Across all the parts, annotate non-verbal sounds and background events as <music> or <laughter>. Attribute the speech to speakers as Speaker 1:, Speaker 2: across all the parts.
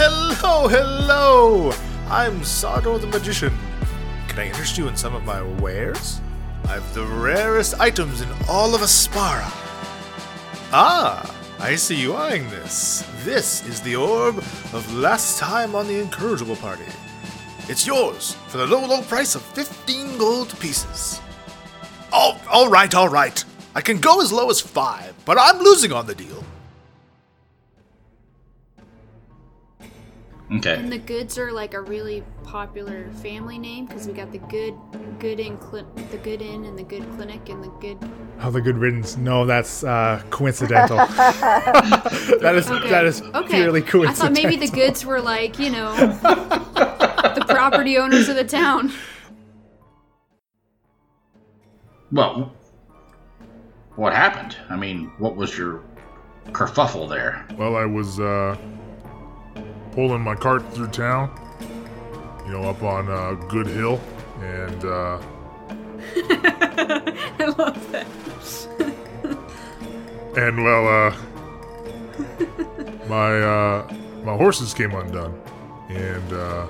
Speaker 1: Hello, hello! I'm Sardo the Magician. Can I interest you in some of my wares? I've the rarest items in all of Aspara. Ah, I see you eyeing this. This is the orb of last time on the incorrigible party. It's yours for the low, low price of 15 gold pieces. Oh, all right, all right. I can go as low as five, but I'm losing on the deal.
Speaker 2: Okay.
Speaker 3: And the Goods are like a really popular family name because we got the Good, Good Inn, Cli- the Good Inn, and the Good Clinic, and the Good.
Speaker 1: Oh, the good riddance. No, that's uh,
Speaker 4: <laughs>
Speaker 1: coincidental. that is
Speaker 3: Okay.
Speaker 1: that is
Speaker 3: okay.
Speaker 1: purely
Speaker 3: I
Speaker 1: coincidental.
Speaker 3: thought maybe the Goods were like you know the property owners of the town. <laughs>
Speaker 2: Well, what happened? I mean, what was your kerfuffle there?
Speaker 5: Well, I was uh, pulling my cart through town, you know, up on uh, Good Hill, and uh,
Speaker 3: I love that.
Speaker 5: and well, uh, my uh, my horses came undone, and uh,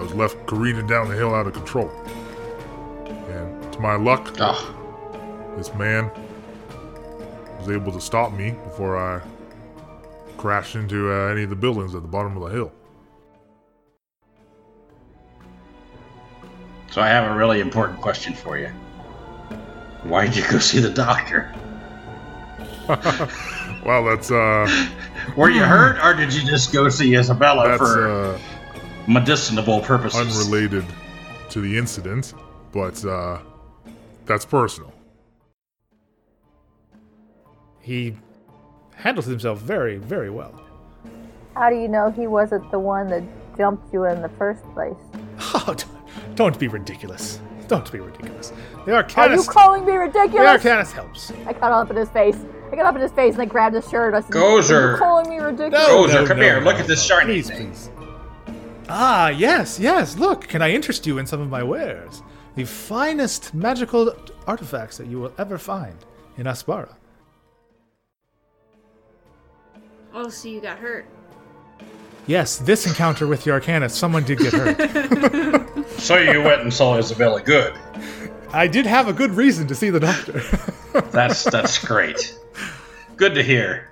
Speaker 5: I was left careening down the hill out of control. And to my luck,
Speaker 2: Oh,
Speaker 5: this man was able to stop me before I crashed into uh, any of the buildings at the bottom of the hill.
Speaker 2: so I have a really important question for you. Why'd you go see the doctor?
Speaker 5: Wow, that's uh.
Speaker 2: Were you hurt, or did you just go see Isabella
Speaker 5: That's
Speaker 2: for
Speaker 5: uh,
Speaker 2: medicinable purposes?
Speaker 5: unrelated to the incident, but uh, that's personal.
Speaker 6: He handles himself very, very well.
Speaker 4: How do you know he wasn't the one that jumped you in the first place?
Speaker 6: <laughs> Oh, d- don't be ridiculous. Don't be ridiculous. The
Speaker 4: Are you
Speaker 6: Arcanist,
Speaker 4: calling me
Speaker 6: the
Speaker 4: ridiculous?
Speaker 6: Arcanist helps.
Speaker 4: I got up in his face. I got up in his face and I grabbed his shirt. I said, Are
Speaker 2: Gozer.
Speaker 4: you calling me ridiculous?
Speaker 2: Gozer, come here, look at this shiny
Speaker 6: Please,
Speaker 2: thing.
Speaker 6: please. Ah, yes, yes. Look, can I interest you in some of my wares? The finest magical artifacts that you will ever find in Aspara.
Speaker 3: Oh, so you got hurt.
Speaker 6: Yes, this encounter with the Arcanist, someone did get
Speaker 3: <laughs>
Speaker 6: hurt.
Speaker 2: So you went and saw Isabella. Good.
Speaker 6: I did have a good reason to see the doctor.
Speaker 2: That's that's great. Good to hear.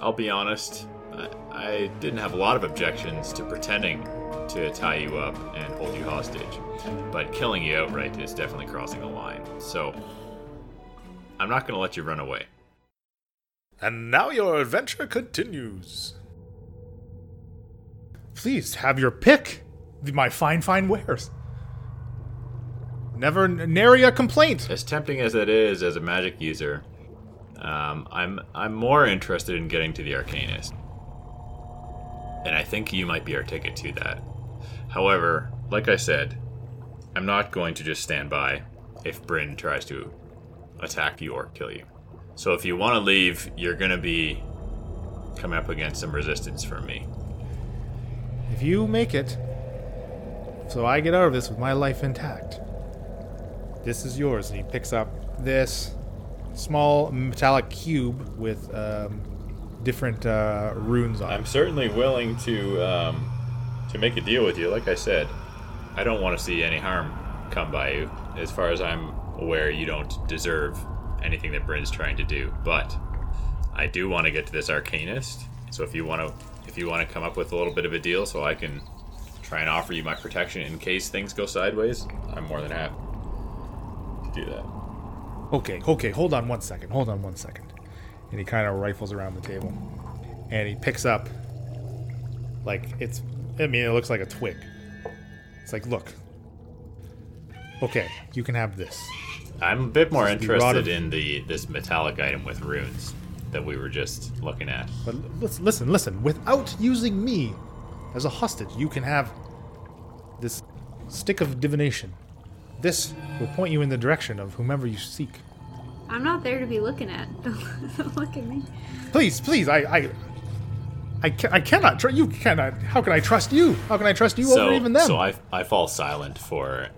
Speaker 7: I'll be honest, I, I didn't have a lot of objections to pretending to tie you up and hold you hostage, but killing you outright is definitely crossing the line. So, I'm not going to let you run away.
Speaker 1: And now your adventure continues.
Speaker 6: Please have your pick. My fine, fine wares. Never, nary a complaint.
Speaker 7: As tempting as that is, as a magic user, um, I'm I'm more interested in getting to the Arcanist, and I think you might be our ticket to that. However, like I said, I'm not going to just stand by if Bryn tries to attack you or kill you. So if you want to leave, you're gonna be coming up against some resistance from me.
Speaker 6: If you make it, so I get out of this with my life intact. This is yours, and he picks up this small metallic cube with um, different uh, runes on
Speaker 7: I'm
Speaker 6: it.
Speaker 7: certainly willing to um, to make a deal with you. Like I said, I don't want to see any harm come by you. As far as I'm aware, you don't deserve anything that Bryn's trying to do. But I do want to get to this Arcanist. So if you want to, if you want to come up with a little bit of a deal, so I can try and offer you my protection in case things go sideways, I'm more than happy to do that.
Speaker 6: Okay, okay, hold on one second. Hold on one second. And he kind of rifles around the table. And he picks up, like, it's, I mean, it looks like a twig. It's like, look. Okay, you can have this.
Speaker 7: I'm a bit more
Speaker 6: This is the rod
Speaker 7: interested
Speaker 6: of-
Speaker 7: in the this metallic item with runes that we were just looking at.
Speaker 6: But l- listen, listen, listen. Without using me as a hostage, you can have this stick of divination. This will point you in the direction of whomever you seek.
Speaker 3: I'm not there to be looking at. <laughs> Don't, don't look at me.
Speaker 6: Please, please, I, I, I, ca- I cannot. Tr- you cannot. How can I trust you? How can I trust you
Speaker 7: so,
Speaker 6: over even them?
Speaker 7: So I, I fall silent for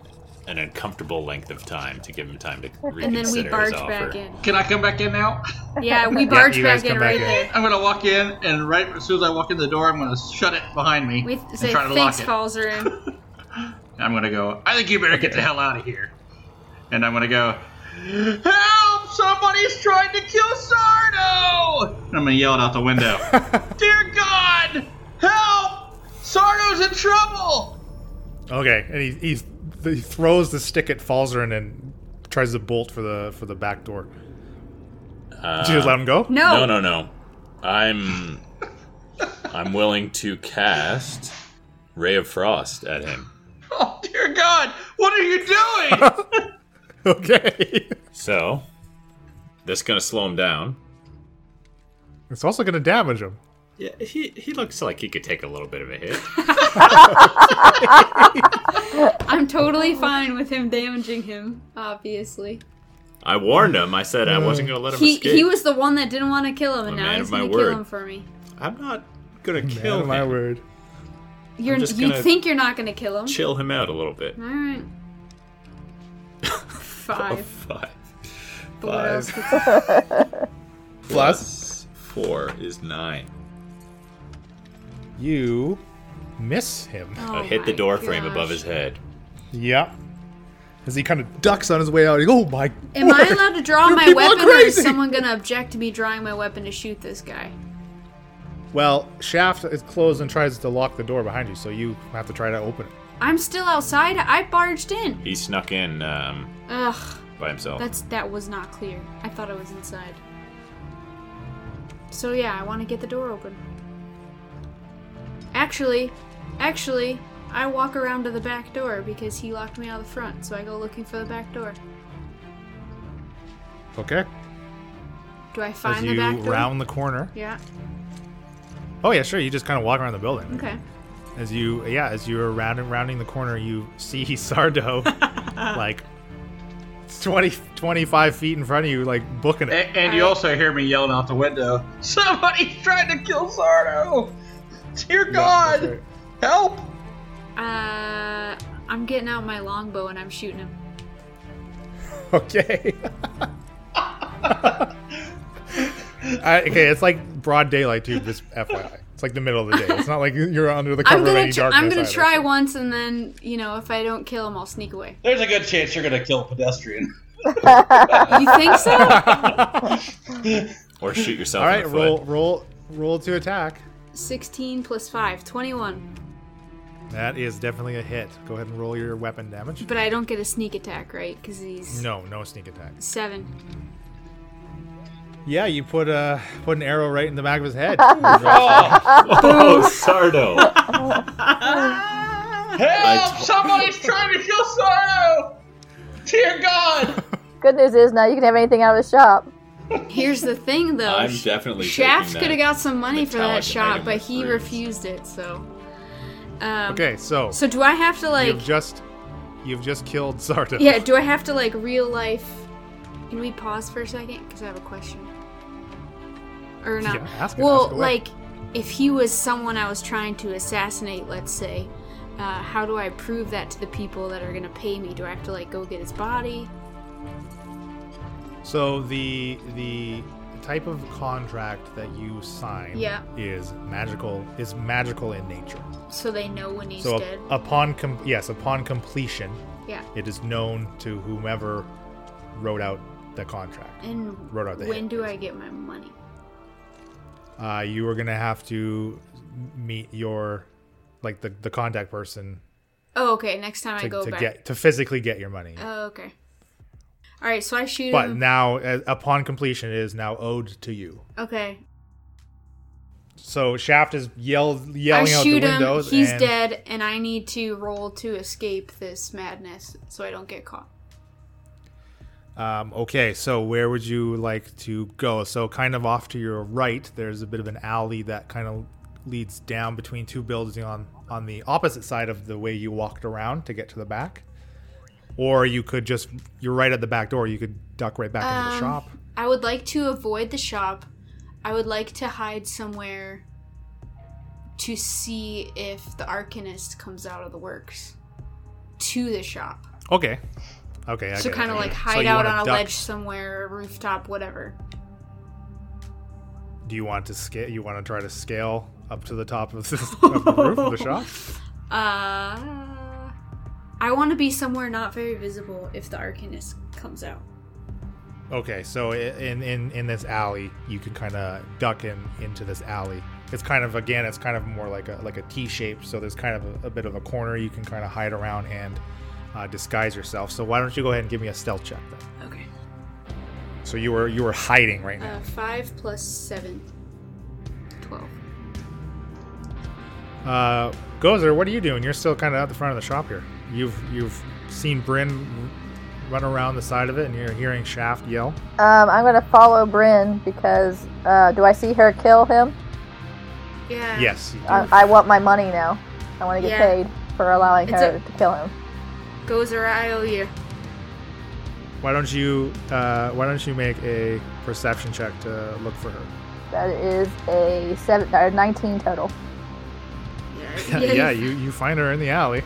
Speaker 7: an uncomfortable length of time to give him time to reconsider
Speaker 3: and then we barge
Speaker 7: his offer.
Speaker 3: back in.
Speaker 2: Can I come back in now?
Speaker 3: Yeah, we barge
Speaker 6: you guys
Speaker 3: back in
Speaker 6: come
Speaker 3: right
Speaker 6: back in.
Speaker 3: there.
Speaker 2: I'm gonna walk in, and right as soon as I walk in the door, I'm gonna shut it behind me
Speaker 3: We
Speaker 2: and
Speaker 3: say
Speaker 2: try to lock
Speaker 3: thanks,
Speaker 2: it.
Speaker 3: Falzer.
Speaker 2: I'm gonna go. I think you better get the hell out of here. And I'm gonna go. Help! Somebody's trying to kill Sardo! And I'm gonna yell it out
Speaker 6: <laughs>
Speaker 2: the window. Dear God! Help! Sardo's in trouble!
Speaker 6: Okay, and he, he th- he throws the stick at Falzarin and tries to bolt for the for the back door.
Speaker 7: Uh,
Speaker 6: Did you just let him go?
Speaker 3: No,
Speaker 7: No, no, no. I'm I'm willing to cast Ray of Frost at him.
Speaker 2: Oh, dear God! What are you
Speaker 6: <laughs>
Speaker 2: doing?
Speaker 6: <laughs> Okay.
Speaker 7: So that's gonna slow him down.
Speaker 6: it's also going to damage him.
Speaker 7: Yeah, he he looks like he could take a little bit of a hit.
Speaker 3: I'm totally fine with him damaging him. Obviously,
Speaker 7: <laughs> I warned him. I said I wasn't gonna let him
Speaker 3: he
Speaker 7: escape.
Speaker 3: he was the one that didn't want to kill him, and
Speaker 7: I'm a
Speaker 3: now
Speaker 7: man
Speaker 3: he's
Speaker 7: of my
Speaker 3: gonna
Speaker 7: word.
Speaker 3: kill him for me.
Speaker 7: I'm not gonna
Speaker 6: Man,
Speaker 7: kill him.
Speaker 6: my word.
Speaker 3: You're
Speaker 7: just
Speaker 3: you
Speaker 7: gonna-
Speaker 3: think you're not gonna kill him?
Speaker 7: Chill him out a little bit.
Speaker 3: All right.
Speaker 7: Oh, <laughs>
Speaker 3: Five.
Speaker 7: five.
Speaker 3: But what else
Speaker 7: Oh, Five.
Speaker 3: could-
Speaker 7: Plus four is nine.
Speaker 6: You miss him.
Speaker 3: Oh
Speaker 7: I hit the
Speaker 3: my
Speaker 7: door frame above
Speaker 3: gosh.
Speaker 7: his head.
Speaker 6: Yeah. As he kind of ducks on his way out, he goes, oh my
Speaker 3: Am
Speaker 6: word."
Speaker 3: I allowed to
Speaker 7: <laughs>
Speaker 3: draw
Speaker 6: You
Speaker 3: my
Speaker 6: people are
Speaker 3: weapon, or is
Speaker 6: crazy.
Speaker 3: someone gonna object to me drawing my weapon to shoot this guy?
Speaker 6: Well, Shaft is closed and tries to lock the door behind you, so you have to try to open it.
Speaker 3: I'm still outside. I barged in.
Speaker 7: He snuck in um,
Speaker 3: Ugh,
Speaker 7: by himself.
Speaker 3: that's that was not clear. I thought I was inside. So yeah, I want to get the door open. Actually, actually, I walk around to the back door because he locked me out of the front. So I go looking for the back door.
Speaker 6: Okay.
Speaker 3: Do I
Speaker 6: As
Speaker 3: find the
Speaker 6: you
Speaker 3: back door?
Speaker 6: round the corner.
Speaker 3: Yeah.
Speaker 6: Oh yeah, sure. You just kind of walk around the building.
Speaker 3: Okay.
Speaker 6: As you, yeah, as you're round and rounding the corner, you see <laughs>
Speaker 3: <laughs>
Speaker 6: Sardo, like 20, 25 feet in front of you, like booking it.
Speaker 2: and and you also hear me yelling out the window. Somebody's trying to kill Sardo! Dear God!
Speaker 6: That's right.
Speaker 2: Help!
Speaker 3: Uh, I'm getting out my longbow and I'm shooting him.
Speaker 6: Okay. <laughs> I, okay, it's like broad daylight, too. Just FYI, it's like the middle of the day. It's not like you're under the cover
Speaker 3: I'm
Speaker 6: of
Speaker 3: gonna
Speaker 6: any
Speaker 3: tr-
Speaker 6: darkness.
Speaker 3: I'm gonna
Speaker 6: either.
Speaker 3: try once and then you know if I don't kill him I'll sneak away.
Speaker 2: There's a good chance you're gonna kill a
Speaker 6: <laughs>
Speaker 2: pedestrian.
Speaker 3: You think so?
Speaker 7: or shoot yourself
Speaker 6: All
Speaker 7: in
Speaker 6: right,
Speaker 7: the foot.
Speaker 6: roll, roll, roll to attack.
Speaker 3: 16 plus 5, 21.
Speaker 6: That is definitely a hit. Go ahead and roll your weapon damage.
Speaker 3: But I don't get a sneak attack, right? Because he's
Speaker 6: No, no sneak attack.
Speaker 3: seven.
Speaker 6: Yeah, you put a put an arrow right in the back of his head.
Speaker 7: Oh, Sardo!
Speaker 3: <laughs>
Speaker 2: Help!
Speaker 7: I t-
Speaker 2: Somebody's trying to kill Sardo! Dear God!
Speaker 4: Good news is now you can have anything out of the shop.
Speaker 3: Here's the thing, though.
Speaker 7: I'm
Speaker 3: Oh, Sh-
Speaker 7: definitely
Speaker 3: Shaft
Speaker 7: taking that
Speaker 3: could have got some money for that
Speaker 7: metallic
Speaker 3: shot,
Speaker 7: item
Speaker 3: but
Speaker 7: with
Speaker 3: he
Speaker 7: runes.
Speaker 3: refused it. So, um,
Speaker 6: okay, so,
Speaker 3: So do I have to like?
Speaker 6: you've just you've just killed Sardo.
Speaker 3: Yeah, do I have to like real life? Can we pause for a second? Because I have a question. Or not?
Speaker 6: Yeah, ask it,
Speaker 3: well,
Speaker 6: ask away.
Speaker 3: like, if he was someone I was trying to assassinate, let's say, uh, how do I prove that to the people that are gonna pay me? Do I have to like go get his body?
Speaker 6: So the the type of contract that you sign
Speaker 3: Yeah.
Speaker 6: is magical is magical in nature.
Speaker 3: So they know when he's
Speaker 6: so up-
Speaker 3: dead.
Speaker 6: upon com- yes, upon completion,
Speaker 3: yeah.
Speaker 6: it is known to whomever wrote out the contract.
Speaker 3: And
Speaker 6: wrote out the
Speaker 3: when
Speaker 6: hit,
Speaker 3: do I get my money?
Speaker 6: uh, you are gonna have to meet your like the, the contact person
Speaker 3: Oh, okay. Next time I
Speaker 6: to,
Speaker 3: go
Speaker 6: to
Speaker 3: back.
Speaker 6: get to physically get your money.
Speaker 3: Oh, okay. All right. So I shoot
Speaker 6: but
Speaker 3: him.
Speaker 6: now, uh, upon completion, it is now owed to you.
Speaker 3: okay.
Speaker 6: So Shaft is yelled
Speaker 3: I
Speaker 6: yelling out the
Speaker 3: shoot him.
Speaker 6: windows.
Speaker 3: He's
Speaker 6: and
Speaker 3: dead, and I need to roll to escape this madness so I don't get caught.
Speaker 6: Um, okay, so where would you like to go? So, kind of off to your right, there's a bit of an alley that kind of leads down between two buildings on on the opposite side of the way you walked around to get to the back. Or you could just you're right at the back door. You could duck right back into the
Speaker 3: Um,
Speaker 6: shop.
Speaker 3: I would like to avoid the shop. I would like to hide somewhere to see if the arcanist comes out of the works to the shop.
Speaker 6: Okay. Okay. I
Speaker 3: so
Speaker 6: get it,
Speaker 3: kind
Speaker 6: I
Speaker 3: of
Speaker 6: get
Speaker 3: like
Speaker 6: it. So
Speaker 3: hide
Speaker 6: you
Speaker 3: out
Speaker 6: wanna
Speaker 3: on a
Speaker 6: duck.
Speaker 3: ledge somewhere, rooftop, whatever.
Speaker 6: Do you want to scale? You want to try to scale up to the top of, <laughs> this, of the roof of the shop?
Speaker 3: Uh, I want to be somewhere not very visible if the Arcanist comes out.
Speaker 6: Okay, so i- in in in this alley, you can kind of duck in into this alley. It's kind of again, it's kind of more like a like a T shape. So there's kind of a, a bit of a corner you can kind of hide around and uh, disguise yourself. So why don't you go ahead and give me a stealth check then?
Speaker 3: Okay.
Speaker 6: So you were you were hiding right now.
Speaker 3: Uh, five plus seven. Twelve.
Speaker 6: Uh, Gozer, what are you doing? You're still kind of at the front of the shop here. You've you've seen Bryn run around the side of it, and you're hearing Shaft yell.
Speaker 4: Um, I'm gonna follow Bryn because uh, do I see her kill him?
Speaker 3: Yeah.
Speaker 6: Yes. you do.
Speaker 4: I, I want my money now. I want to get
Speaker 3: Yeah.
Speaker 4: paid for allowing
Speaker 3: It's
Speaker 4: her
Speaker 3: a-
Speaker 4: to kill him.
Speaker 3: Gozer, I owe you.
Speaker 6: Why don't you uh, Why don't you make a perception check to look for her?
Speaker 4: That is a seven or 19 total.
Speaker 6: <laughs> yeah, you, you find her in the <laughs> alley.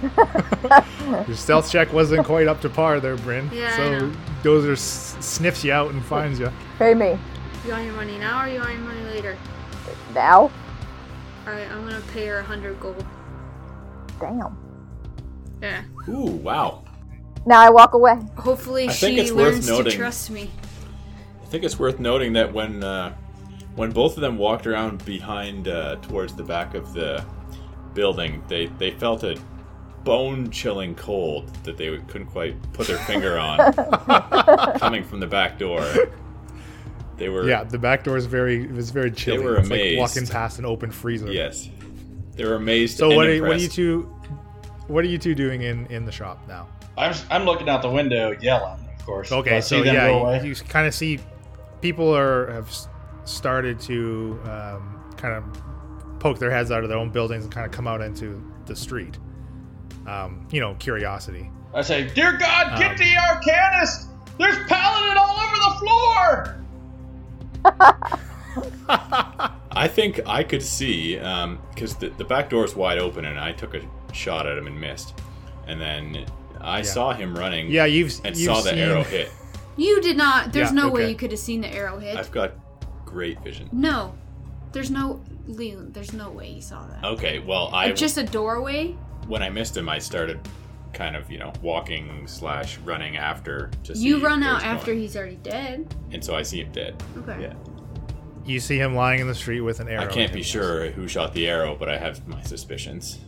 Speaker 6: Your stealth check wasn't quite up to par there, Bryn.
Speaker 3: Yeah, I
Speaker 6: so
Speaker 3: know.
Speaker 6: Dozer s- sniffs you out and finds you.
Speaker 4: Pay me
Speaker 3: You want your money now or you want your money later?
Speaker 4: now.
Speaker 3: All right, I'm gonna pay her a hundred gold.
Speaker 4: Damn.
Speaker 3: Yeah.
Speaker 7: Ooh, wow.
Speaker 4: Now I walk away.
Speaker 3: Hopefully
Speaker 7: I think
Speaker 3: she
Speaker 7: it's worth
Speaker 3: learns to
Speaker 7: noting.
Speaker 3: trust me.
Speaker 7: I think it's worth noting that when uh, when both of them walked around behind uh, towards the back of the building, they, they felt a bone chilling cold that they couldn't quite put their
Speaker 3: <laughs>
Speaker 7: finger on coming from the back door. They were
Speaker 6: Yeah, the back door is very is very chilly.
Speaker 7: were
Speaker 6: it's
Speaker 7: amazed.
Speaker 6: like walking past an open freezer.
Speaker 7: yes, they were amazed.
Speaker 6: So
Speaker 7: and
Speaker 6: what are, what are you
Speaker 7: impressed.
Speaker 6: two what are you two doing in in the shop now?
Speaker 2: <laughs> I'm, I'm looking out the window yelling, of course.
Speaker 6: Okay,
Speaker 2: I
Speaker 6: so
Speaker 2: see them
Speaker 6: yeah,
Speaker 2: go
Speaker 6: you-
Speaker 2: away.
Speaker 6: you, kind of see people are have s- started to um, kind of poke their heads out of their own buildings and kind of come out into the street. Um, you know, curiosity.
Speaker 2: I say, Dear God, get
Speaker 6: Um,
Speaker 2: to the Arcanist! There's paladin all over the floor!
Speaker 7: I think I could see because the, the back door is wide open, and I took a shot at him and missed, and then I saw him running.
Speaker 6: Yeah, you've
Speaker 7: and
Speaker 6: you've
Speaker 7: saw the
Speaker 6: seen- <laughs>
Speaker 7: arrow hit.
Speaker 3: You did not. There's
Speaker 6: Yeah,
Speaker 3: no
Speaker 6: okay.
Speaker 3: way you could have seen the arrow hit.
Speaker 7: I've got great vision.
Speaker 3: No, there's no Leland. There's no way you saw that.
Speaker 7: Okay, well, I
Speaker 3: It's just a doorway.
Speaker 7: when I missed him, I started kind of you know walking slash running after. To
Speaker 3: You
Speaker 7: see
Speaker 3: run
Speaker 7: where
Speaker 3: out
Speaker 7: he's
Speaker 3: after
Speaker 7: going.
Speaker 3: he's already dead.
Speaker 7: and so I see him dead.
Speaker 3: Okay.
Speaker 7: Yeah,
Speaker 6: You see him lying in the street with an arrow.
Speaker 7: I
Speaker 6: in
Speaker 7: can't be
Speaker 6: his-
Speaker 7: sure who shot the arrow, but I have my suspicions.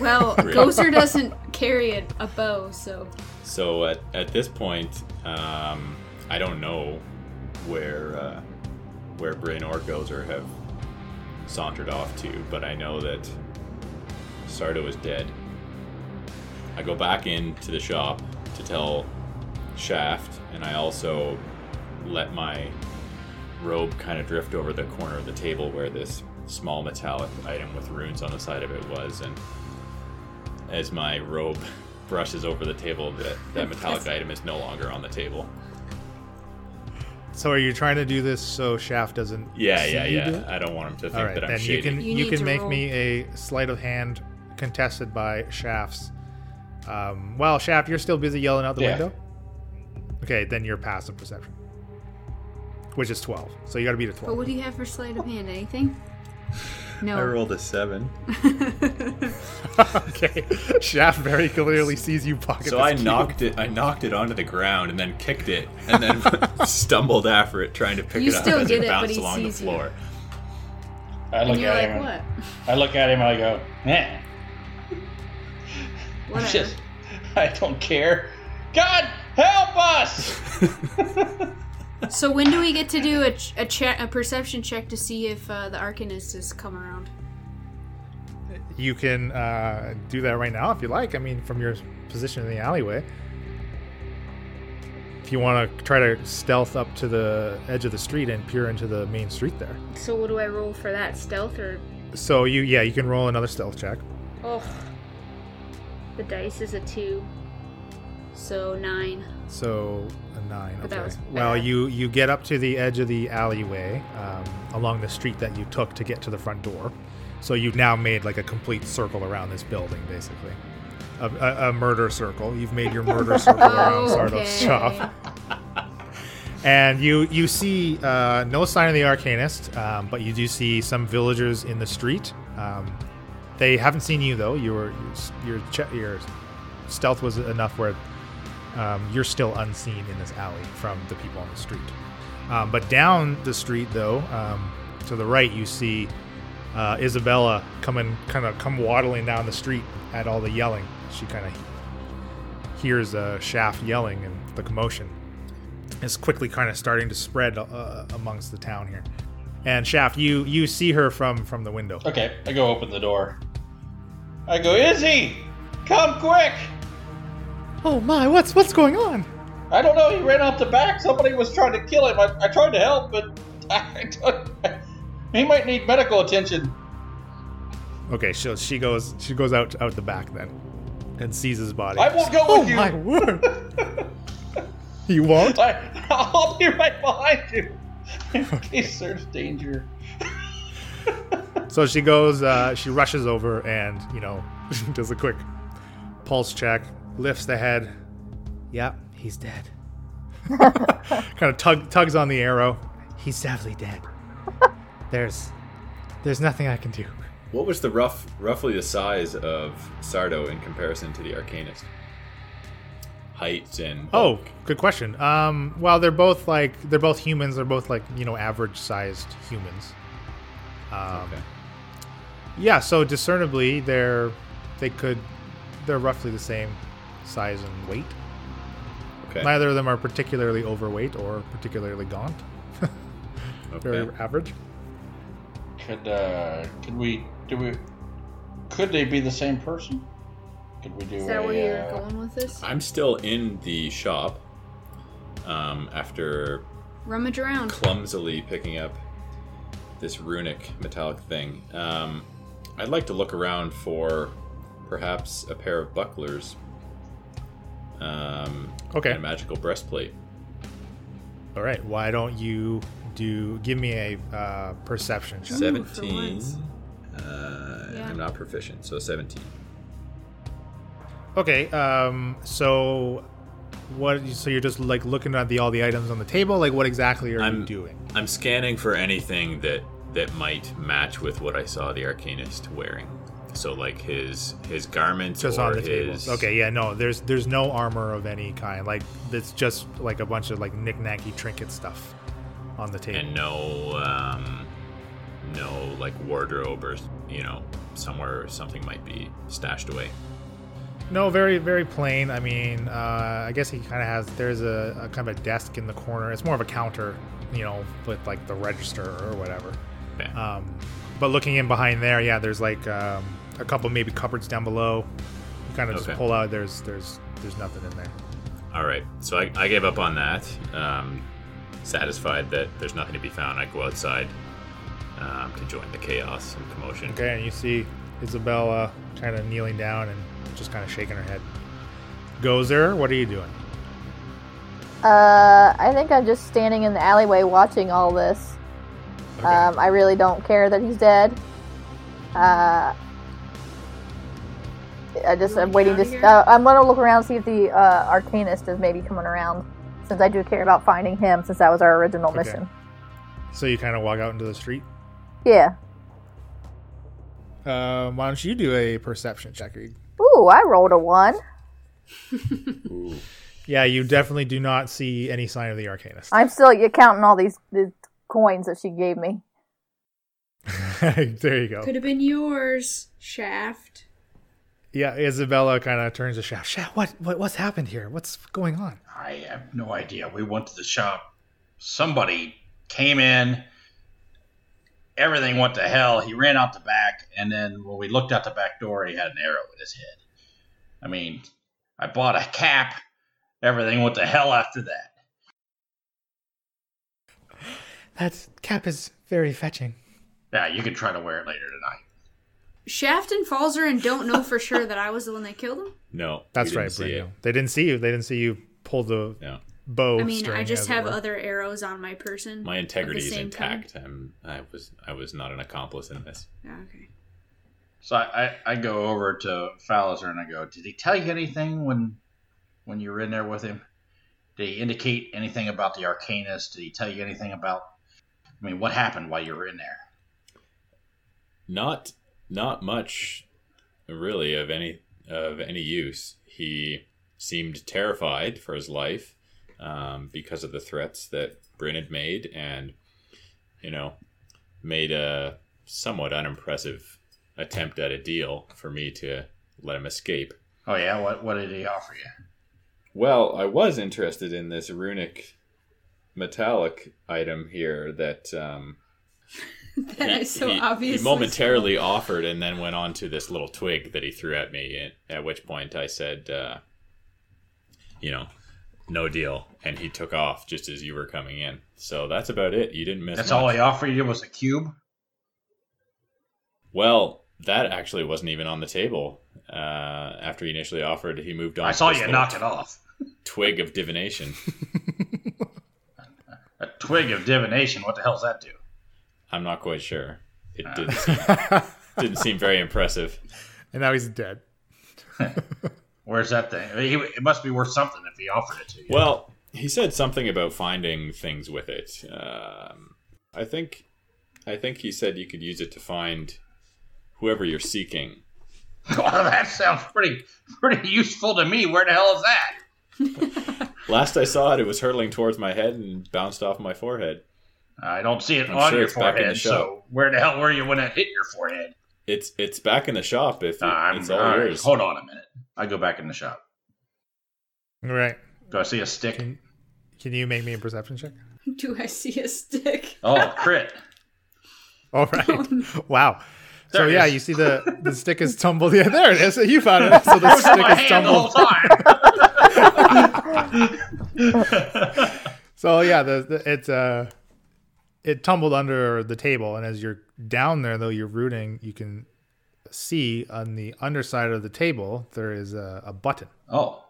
Speaker 3: Well,
Speaker 7: Great.
Speaker 3: Gozer doesn't carry a, a bow, so
Speaker 7: So at, at this point, um, I don't know where uh, where Bryn or Gozer have sauntered off to, but I know that Sardo is dead. I go back into the shop to tell Shaft, and I also let my robe kind of drift over the corner of the table where this small metallic item with runes on the side of it was, and as my robe <laughs> brushes over the table, that, that metallic item is no longer on the table.
Speaker 6: So are you trying to do this so Shaft doesn't?
Speaker 7: Yeah,
Speaker 6: see
Speaker 7: yeah,
Speaker 6: you do
Speaker 7: yeah.
Speaker 6: it?
Speaker 7: I don't want him to think
Speaker 6: All right,
Speaker 7: that I'm
Speaker 6: then you
Speaker 7: shady.
Speaker 6: can
Speaker 3: You
Speaker 6: you,
Speaker 3: need
Speaker 6: can
Speaker 3: to
Speaker 6: make
Speaker 3: roll.
Speaker 6: me a sleight of hand contested by Shaft's. Um, well, Shaft, you're still busy yelling out the
Speaker 2: Yeah.
Speaker 6: window. Okay, then your passive perception, which is twelve. So you got to beat a
Speaker 3: But
Speaker 6: twelve.
Speaker 3: what do you have for sleight of hand? Anything? No.
Speaker 6: Oh.
Speaker 7: a seven.
Speaker 6: <laughs> okay, Shaft very clearly sees you pocket.
Speaker 7: So
Speaker 6: this
Speaker 7: I
Speaker 6: cube.
Speaker 7: knocked it. I knocked it onto the ground and then kicked it and then <laughs> stumbled after it, trying to pick
Speaker 3: You
Speaker 7: it up
Speaker 3: still
Speaker 7: as
Speaker 3: get
Speaker 7: it
Speaker 3: it, but
Speaker 7: bounced
Speaker 3: he
Speaker 7: along the
Speaker 3: sees you.
Speaker 7: floor.
Speaker 2: I
Speaker 3: and
Speaker 2: look
Speaker 3: you're
Speaker 2: at
Speaker 3: like,
Speaker 2: him.
Speaker 3: what?
Speaker 2: and I look at him and I go, eh.
Speaker 3: Whatever.
Speaker 2: Shit. <laughs> I don't care. God, help us!
Speaker 3: So when do we get to do a ch- a, che- a perception check to see if uh, the Arcanist has come around?
Speaker 6: You can uh, do that right now if you like. I mean, from your position in the alleyway. If you want to try to stealth up to the edge of the street and peer into the main street there.
Speaker 3: So what do I roll for that? Stealth or
Speaker 6: So you, yeah, you can roll another stealth check.
Speaker 3: oh? The dice is a two, so nine.
Speaker 6: So a nine.
Speaker 3: But
Speaker 6: Okay.
Speaker 3: that was
Speaker 6: well,
Speaker 3: bad.
Speaker 6: you you get up to the edge of the alleyway um, along the street that you took to get to the front door. So you've now made like a complete circle around this building, basically. a, a, a murder circle. You've made your
Speaker 3: <laughs>
Speaker 6: murder circle around Sardo's
Speaker 3: Oh, Okay.
Speaker 6: shop. And you you see uh, no sign of the Arcanist, um, but you do see some villagers in the street. Um, they haven't seen you though. Your your che- your stealth was enough where um, you're still unseen in this alley from the people on the street. Um, but down the street though, um, to the right, you see uh, Isabella coming kind of come waddling down the street at all the yelling. She kind of hears uh, Shaft yelling and the commotion is quickly kind of starting to spread uh, amongst the town here. And Shaft, you you see her from from the window.
Speaker 2: Okay, I go open the door. I go, Izzy, come quick!
Speaker 6: Oh my, what's what's going on?
Speaker 2: I don't know. He ran out the back. Somebody was trying to kill him. I, I tried to help, but <laughs> I don't, he might need medical attention.
Speaker 6: Okay, she she goes she goes out out the back then, and sees his body.
Speaker 2: I won't go
Speaker 6: oh
Speaker 2: with you.
Speaker 6: my word!
Speaker 2: <laughs>
Speaker 6: you won't?
Speaker 2: I, <laughs> I'll be right behind you <laughs> in case there's danger.
Speaker 6: So she goes, uh, she rushes over and, you know, <laughs> does a quick pulse check, lifts the head. Yep, he's <laughs> dead. kind of tug, tugs on the arrow. He's definitely dead. There's there's nothing I can do.
Speaker 7: What was the rough, roughly the size of Sardo in comparison to the Arcanist? Height and
Speaker 6: Oh, good question. Um, well, they're both like they're both humans. They're both like, you know, average sized humans. Um,
Speaker 7: Okay.
Speaker 6: Yeah, so discernibly they're they could they're roughly the same size and weight.
Speaker 7: Okay.
Speaker 6: Neither of them are particularly overweight or particularly gaunt. Very
Speaker 7: okay.
Speaker 6: average.
Speaker 2: Could uh, could we do we? Could they be the same person? Could we do
Speaker 3: Is that
Speaker 2: a?
Speaker 3: where you're
Speaker 2: uh,
Speaker 3: going with this?
Speaker 7: I'm still in the shop um, after
Speaker 3: Rummage around.
Speaker 7: clumsily picking up this runic metallic thing. Um, I'd like to look around for perhaps a pair of bucklers um, and
Speaker 6: Okay.
Speaker 7: a magical breastplate.
Speaker 6: All right. Why don't you do give me a uh, perception check?
Speaker 3: Ooh, for
Speaker 7: 17.
Speaker 3: once.
Speaker 7: Uh,
Speaker 3: Yeah.
Speaker 7: I'm not proficient, so 17.
Speaker 6: Okay. Um. So, what? So you're just like looking at the all the items on the table. Like, what exactly are you
Speaker 7: I'm-
Speaker 6: doing?
Speaker 7: I'm scanning for anything that that might match with what I saw the arcanist wearing. So like his his garments
Speaker 6: Just
Speaker 7: or
Speaker 6: on the
Speaker 7: his
Speaker 6: tables. Okay. Yeah. No. There's there's no armor of any kind. Like it's just like a bunch of like knickknacky trinket stuff on the table.
Speaker 7: and no um no like wardrobe or you know somewhere something might be stashed away.
Speaker 6: No, very very plain. I mean, uh, I guess he kind of has. There's a, a kind of a desk in the corner. It's more of a counter, you know, with like the register or whatever.
Speaker 7: Okay.
Speaker 6: Um, but looking in behind there, yeah, there's like um, a couple maybe cupboards down below. You kind of
Speaker 7: Okay.
Speaker 6: just pull out. There's there's there's nothing in there.
Speaker 7: All right, so I, I gave up on that. Um, satisfied that there's nothing to be found, I go outside um, to join the chaos and commotion.
Speaker 6: Okay, and you see Isabella kind of kneeling down and just kind of shaking her head. Gozer, what are you doing?
Speaker 4: Uh, I think I'm just standing in the alleyway watching all this. Um, I really don't care that he's dead. Uh, I just
Speaker 3: You
Speaker 4: I'm
Speaker 3: wanna
Speaker 4: waiting
Speaker 3: get outta
Speaker 4: to. s-
Speaker 3: here?
Speaker 4: Uh, I'm gonna look around see if the uh, Arcanist is maybe coming around, since I do care about finding him, since that was our original
Speaker 6: Okay.
Speaker 4: mission.
Speaker 6: So you kind of walk out into the street.
Speaker 4: Yeah.
Speaker 6: Uh, why don't you do a perception check?
Speaker 4: Ooh, I rolled a one.
Speaker 6: Yeah, you definitely do not see any sign of the Arcanist.
Speaker 4: I'm still you counting all these, these coins that she gave me.
Speaker 6: <laughs> there you go.
Speaker 3: Could have been yours, Shaft.
Speaker 6: yeah, Isabella kind of turns to Shaft. Shaft, what, what, what's happened here? What's going on?
Speaker 2: I have no idea. We went to the shop. Somebody came in. Everything went to hell. He ran out the back, and then when we looked out the back door, he had an arrow in his head. I mean, I bought a cap. Everything went to hell after that.
Speaker 6: That cap is very fetching.
Speaker 2: Yeah, you can try to wear it later tonight.
Speaker 3: Shaft and Falzer and don't know for sure that I was the one that killed him.
Speaker 6: <laughs>
Speaker 7: No, we
Speaker 6: That's
Speaker 7: didn't
Speaker 6: right,
Speaker 7: see
Speaker 6: Bruno. They didn't see you. They didn't see you pull the
Speaker 7: it. No,
Speaker 6: bow.
Speaker 3: I mean, I
Speaker 6: string,
Speaker 3: just
Speaker 6: as it
Speaker 3: have
Speaker 6: were.
Speaker 3: other arrows on my person.
Speaker 7: my
Speaker 3: of the
Speaker 7: integrity is
Speaker 3: same
Speaker 7: intact. I'm, I was I was not an accomplice in this.
Speaker 3: kind. Oh, okay. <laughs>
Speaker 2: So I, I, I go over to Fowler and I go, Did he tell you anything when when you were in there with him? Did he indicate anything about the Arcanus? Did he tell you anything about I mean, what happened while you were in there?
Speaker 7: not not much really of any of any use he seemed terrified for his life um, because of the threats that Bryn had made and you know made a somewhat unimpressive attempt at a deal for me to let him escape
Speaker 2: Oh yeah, what what did he offer you?
Speaker 7: well, I was interested in this runic metallic item here that um,
Speaker 8: <laughs> That I so obviously.
Speaker 7: he momentarily offered and then went on to this little twig that he threw at me. And at which point I said, uh, you know, no deal. And he took off just as you were coming in. So that's about it. You didn't miss.
Speaker 2: That's
Speaker 7: much.
Speaker 2: all he offered you was a cube?
Speaker 7: Well, that actually wasn't even on the table. Uh, after he initially offered, he moved on.
Speaker 2: I
Speaker 7: to
Speaker 2: saw
Speaker 7: this
Speaker 2: you
Speaker 7: little
Speaker 2: knock it off.
Speaker 7: Twig of divination.
Speaker 2: A twig of divination, what the hell's that do?
Speaker 7: I'm not quite sure. It
Speaker 2: Uh.
Speaker 7: didn't
Speaker 2: <laughs>
Speaker 7: seem, didn't seem very impressive.
Speaker 6: And now he's dead.
Speaker 2: Where's that thing? I mean, he- It must be worth something if he offered it to you. <laughs>
Speaker 7: Well, he said something about finding things with it. Um, I think, I think he said you could use it to find whoever you're seeking.
Speaker 2: Well, that sounds pretty pretty useful to me. Where the hell is that?
Speaker 7: Last I saw it, it was hurtling towards my head and bounced off my forehead.
Speaker 2: I don't see it
Speaker 7: I'm
Speaker 2: on
Speaker 7: sure
Speaker 2: your
Speaker 7: it's back in the
Speaker 2: forehead, so
Speaker 7: shop.
Speaker 2: where the hell were you when it hit your forehead?
Speaker 7: It's it's back in the shop. If it-
Speaker 2: I'm,
Speaker 7: it's all
Speaker 2: all right,
Speaker 7: yours,
Speaker 2: Hold on a minute. I go back in the shop.
Speaker 6: All right.
Speaker 2: Do I see a stick?
Speaker 6: Can, can you make me a perception check?
Speaker 8: Do I see a stick?
Speaker 2: Oh, crit.
Speaker 6: <laughs> All
Speaker 2: <laughs>
Speaker 6: right. Wow. So
Speaker 2: There it
Speaker 6: yeah,
Speaker 2: is.
Speaker 6: you see the the stick is tumbled. <laughs> Yeah, there it is. You found
Speaker 2: <laughs>
Speaker 6: it. So the stick
Speaker 2: My
Speaker 6: is
Speaker 2: hand the whole
Speaker 6: tumbled.
Speaker 2: time.
Speaker 6: So yeah, the, the it's uh it tumbled under the table, and as you're down there though, you're rooting, you can see on the underside of the table there is a, a button.
Speaker 2: Oh.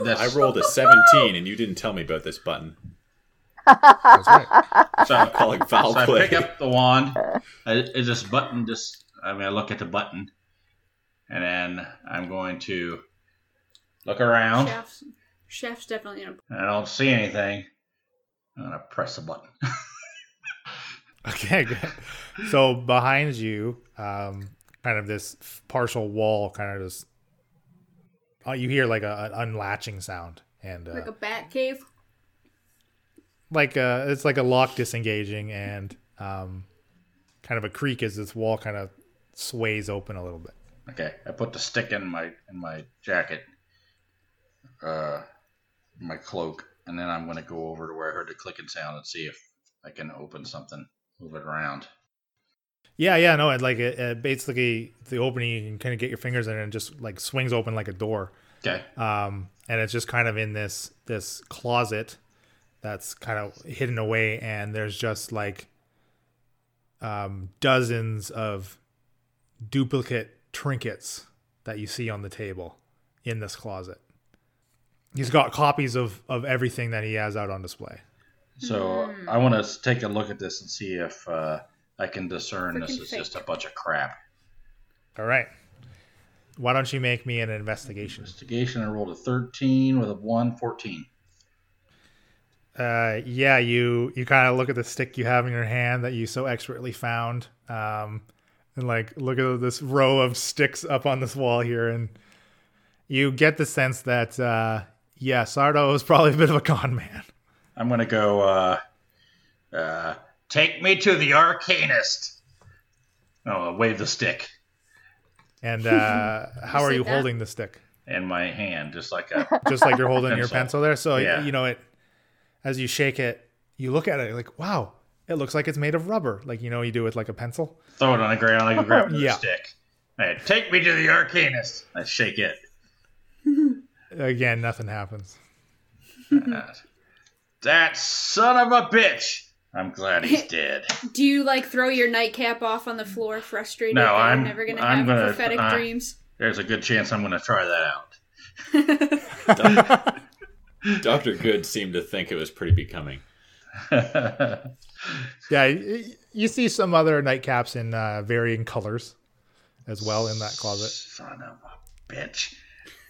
Speaker 7: I
Speaker 2: That's,
Speaker 7: rolled a seventeen, and you didn't tell me about this button.
Speaker 6: That's
Speaker 2: <laughs>
Speaker 6: right.
Speaker 2: so, I'm
Speaker 7: Calling foul
Speaker 2: so I
Speaker 7: play.
Speaker 2: pick up the wand. I, is this button just? I mean, I look at the button, and then I'm going to look around,
Speaker 3: Chef's, chef's definitely in a.
Speaker 2: and I don't see anything. I'm gonna press the button.
Speaker 6: okay. Good. So behind you, um, kind of this f- partial wall, kind of just uh, you hear like a, an unlatching sound, and uh,
Speaker 3: Like a bat cave?
Speaker 6: like uh it's like a lock disengaging and um kind of a creak as this wall kind of sways open a little bit
Speaker 2: Okay, I put the stick in my in my jacket, uh, my cloak, and then I'm gonna go over to where I heard the clicking sound and see if I can open something, move it around.
Speaker 6: yeah yeah no it like it, it basically the opening you can kind of get your fingers in and it just like swings open like a door
Speaker 2: Okay,
Speaker 6: um and it's just kind of in this this closet that's kind of hidden away and there's just like um dozens of duplicate trinkets that you see on the table in this closet he's got copies of of everything that he has out on display
Speaker 2: so
Speaker 8: Hmm.
Speaker 2: I want to take a look at this and see if uh, I can discern this
Speaker 8: Freaking
Speaker 2: is
Speaker 8: fake.
Speaker 2: just a bunch of crap.
Speaker 6: all right why don't you make me an investigation
Speaker 2: Investigation. I rolled a 13 with a 1, 14.
Speaker 6: uh yeah you you kind of look at the stick you have in your hand that you so expertly found um and like look at this row of sticks up on this wall here and you get the sense that uh yeah sardo is probably a bit of a con man
Speaker 2: I'm gonna go. Uh, uh, take me to the arcanist. Oh, I wave the stick
Speaker 6: and uh how are
Speaker 3: say
Speaker 6: you
Speaker 3: that?
Speaker 6: holding the stick
Speaker 2: in my hand, just like
Speaker 8: <laughs>
Speaker 2: a
Speaker 6: just like you're holding your
Speaker 2: Pencil.
Speaker 6: pencil there so
Speaker 2: Yeah.
Speaker 6: you know it as you shake it you look at it you're like wow it looks like it's made of rubber like you know you do with like a pencil
Speaker 2: throw it on the ground.
Speaker 6: <laughs>
Speaker 2: I can grab the
Speaker 6: Yeah.
Speaker 2: stick. Hey, take me to the arcanist. I
Speaker 6: <laughs>
Speaker 2: shake it.
Speaker 6: again nothing happens
Speaker 2: Uh, That son of a bitch. I'm glad
Speaker 6: <laughs>
Speaker 2: he's dead.
Speaker 8: Do you like throw your nightcap off on the floor, frustrated
Speaker 2: No,
Speaker 8: that
Speaker 2: I'm-
Speaker 8: you're never gonna
Speaker 2: I'm
Speaker 8: have
Speaker 2: gonna-
Speaker 8: prophetic
Speaker 2: uh,
Speaker 8: dreams?
Speaker 2: There's a good chance I'm gonna try that out. <laughs>
Speaker 7: <laughs> Doctor Good seemed to think it was pretty becoming.
Speaker 6: Yeah, y- y- you see some other nightcaps in uh, varying colors. as well in that closet.
Speaker 2: Son of a bitch.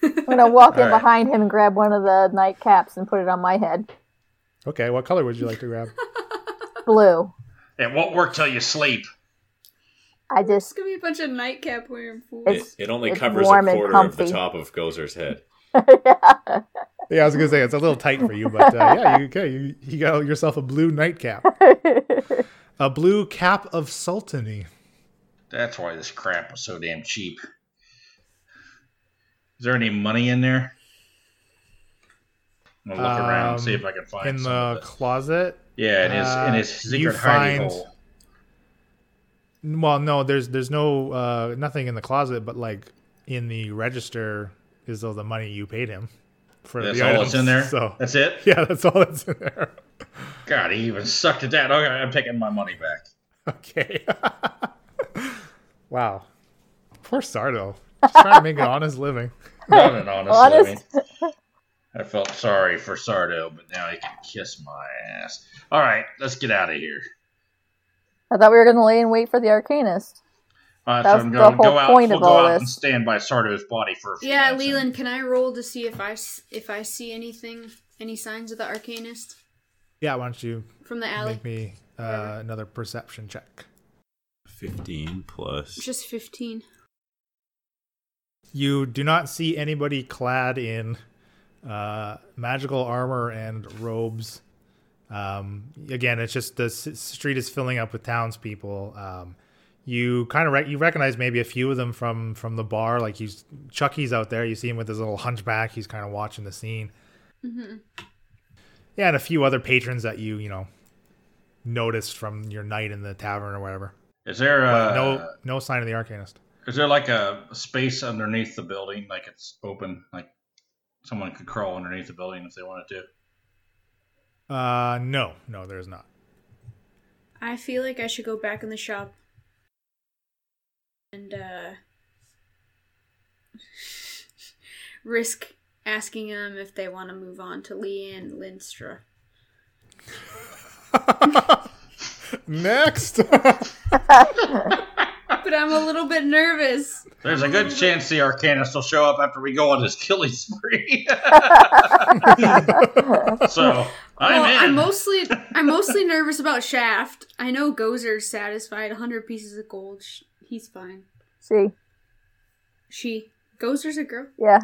Speaker 4: I'm gonna
Speaker 7: <laughs>
Speaker 4: walk in
Speaker 7: All right.
Speaker 4: behind him and grab one of the nightcaps and put it on my head.
Speaker 6: Okay, what color would you like to grab?
Speaker 4: Blue.
Speaker 2: It won't work till you sleep.
Speaker 4: I
Speaker 8: It's
Speaker 4: just
Speaker 8: gonna be a bunch of nightcap wearing fools.
Speaker 4: It's-
Speaker 7: It, it only
Speaker 4: it's
Speaker 7: covers a
Speaker 4: warm and
Speaker 7: quarter of the
Speaker 4: comfy.
Speaker 7: top of Gozer's head.
Speaker 6: yeah, I was gonna say it's a little tight for you, but uh, yeah, you, okay, you, you got yourself a blue nightcap, a blue cap of sultany.
Speaker 2: That's why this crap was so damn cheap. Is there any money in there? I'm gonna look around,
Speaker 6: Um,
Speaker 2: see if I can find
Speaker 6: in
Speaker 2: some of
Speaker 6: the closet.
Speaker 2: it. Yeah, in his in his
Speaker 6: uh,
Speaker 2: secret
Speaker 6: you
Speaker 2: hiding
Speaker 6: find-
Speaker 2: hole.
Speaker 6: Well, no, there's there's no uh, nothing in the closet, but like in the register is all the money you paid him for
Speaker 2: That's
Speaker 6: the
Speaker 2: all
Speaker 6: items.
Speaker 2: that's in there.
Speaker 6: So
Speaker 2: That's it.
Speaker 6: <laughs> yeah, that's all that's in there.
Speaker 2: God, he even sucked at that. Okay, I'm taking my money
Speaker 4: <laughs>
Speaker 2: back.
Speaker 6: Okay. <laughs> wow. Poor Sardo. Just trying to make an honest living.
Speaker 2: Not an honest,
Speaker 4: Honest.
Speaker 2: living. I felt sorry for Sardo, but now he can kiss my ass. All right, let's get out of here.
Speaker 4: I thought we were gonna lay in wait for the arcanist.
Speaker 2: Uh,
Speaker 4: That's
Speaker 2: so I'm
Speaker 4: the
Speaker 2: going to go
Speaker 4: whole
Speaker 2: out.
Speaker 4: point
Speaker 2: we'll
Speaker 4: of
Speaker 2: go
Speaker 4: all
Speaker 2: out
Speaker 4: this.
Speaker 2: and stand by Sardo's body for. A few
Speaker 3: Yeah,
Speaker 2: minutes.
Speaker 3: Leland, can I roll to see if I s- if I see anything, any signs of the arcanist
Speaker 6: Yeah, why don't you
Speaker 3: from the alley?
Speaker 6: make me uh, another perception check?
Speaker 7: 15 plus.
Speaker 3: Just fifteen.
Speaker 6: You do not see anybody clad in uh, magical armor and robes. Um, again, it's just the s- street is filling up with townspeople. Um, you kind of rec you recognize maybe a few of them from from the bar. Like he's Chucky's out there. You see him with his little hunchback. He's kind of watching the scene. Yeah, and a few other patrons that you you know noticed from your night in the tavern or whatever.
Speaker 2: Is there
Speaker 6: But
Speaker 2: a
Speaker 6: no no sign of the arcanist.
Speaker 2: Is there like a space underneath the building, like it's open, like someone could crawl underneath the building if they wanted to?
Speaker 6: Uh, no, no, there's not.
Speaker 3: I feel like I should go back in the shop and uh, <laughs> risk asking them if they want to move on to Leanne Lindstra.
Speaker 6: Next. <laughs>
Speaker 8: But I'm a little bit nervous.
Speaker 2: There's a good chance the Arcanist will show up after we go on this killing spree. so I'm
Speaker 3: well,
Speaker 2: in.
Speaker 3: I'm
Speaker 2: <laughs>
Speaker 3: mostly I'm mostly nervous about Shaft. I know Gozer's satisfied. 100 pieces of gold. Sh- He's fine.
Speaker 4: See,
Speaker 3: She Gozer's a girl.
Speaker 4: yeah.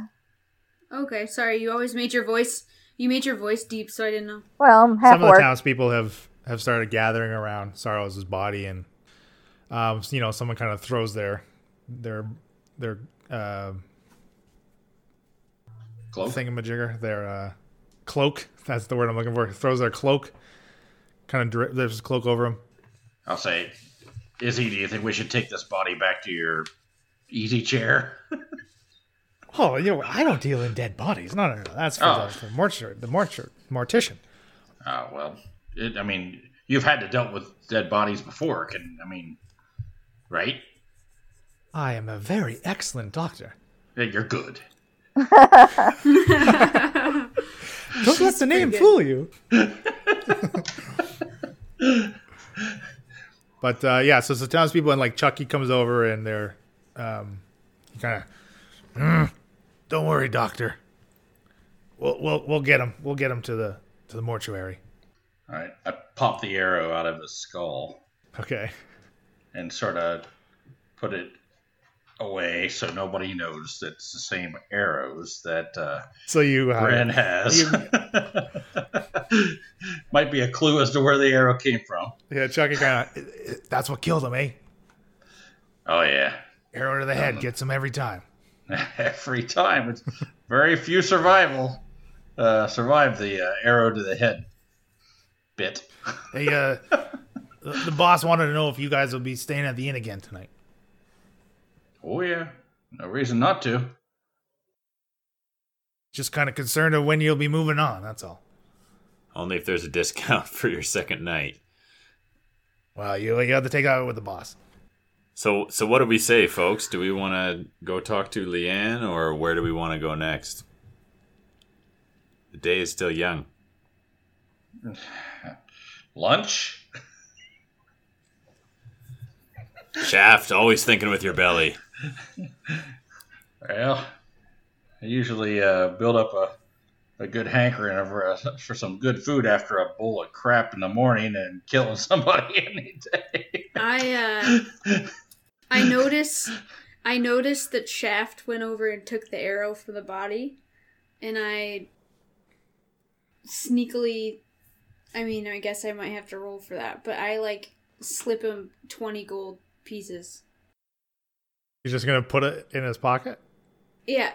Speaker 3: Okay, sorry. You always made your voice. You made your voice deep, so I didn't know.
Speaker 4: Well, I'm half
Speaker 6: Some of the
Speaker 4: orc.
Speaker 6: townspeople have have started gathering around Saros' body, and um, you know, someone kind of throws their their their uh,
Speaker 2: Cloak.
Speaker 6: thingamajigger, their uh, cloak. That's the word I'm looking for. Throws their cloak, kind of dri- there's a cloak over him.
Speaker 2: I'll say, Izzy, do you think we should take this body back to your easy chair?
Speaker 6: Oh, you know, I don't deal in dead bodies. No, no, no. That's for
Speaker 2: Oh.
Speaker 6: the, for mortuary, the mortuary, mortician.
Speaker 2: Oh well, it, I mean, you've had to dealt with dead bodies before. Can I mean, right?
Speaker 6: I am a very excellent doctor.
Speaker 2: Yeah, You're good.
Speaker 6: Don't let the name fool you. <laughs> but uh, yeah, so the townspeople and like Chucky comes over and they're um, kind of, don't worry, doctor. We'll we'll we'll get him. We'll get him to the to the mortuary.
Speaker 2: All right, I pop the arrow out of his skull.
Speaker 6: Okay. <laughs>
Speaker 2: and sort of put it away so nobody knows that it's the same arrows that uh,
Speaker 6: So you uh,
Speaker 2: Bren has. <laughs> Might be a clue as to where the arrow came from.
Speaker 6: yeah, Chucky kind of that's what killed him, eh?
Speaker 2: Oh yeah,
Speaker 6: Arrow to the head gets him every time.
Speaker 2: <laughs> every time it's very few survival uh, survive the uh, arrow to the head bit.
Speaker 6: Hey, uh, the, the boss wanted to know if you guys will be staying at the inn again tonight.
Speaker 2: Oh yeah, no reason not to.
Speaker 6: Just kind of concerned of when you'll be moving on. That's all.
Speaker 7: Only if there's a discount <laughs> for your second night.
Speaker 6: Well, you, you have to take out with the boss.
Speaker 7: So, so what do we say, folks? Do we want to go talk to Leanne, or where do we want to go next? The day is still young.
Speaker 2: Lunch.
Speaker 7: Shaft, always thinking with your belly.
Speaker 2: Well, I usually uh, build up a, a good hankering for, a, for some good food after a bowl of crap in the morning and killing <laughs> somebody any day.
Speaker 3: I uh I notice I noticed that Shaft went over and took the arrow from the body and I sneakily I mean, I guess I might have to roll for that, but I like slip him 20 gold pieces.
Speaker 6: He's just gonna put it in his pocket.
Speaker 3: Yeah.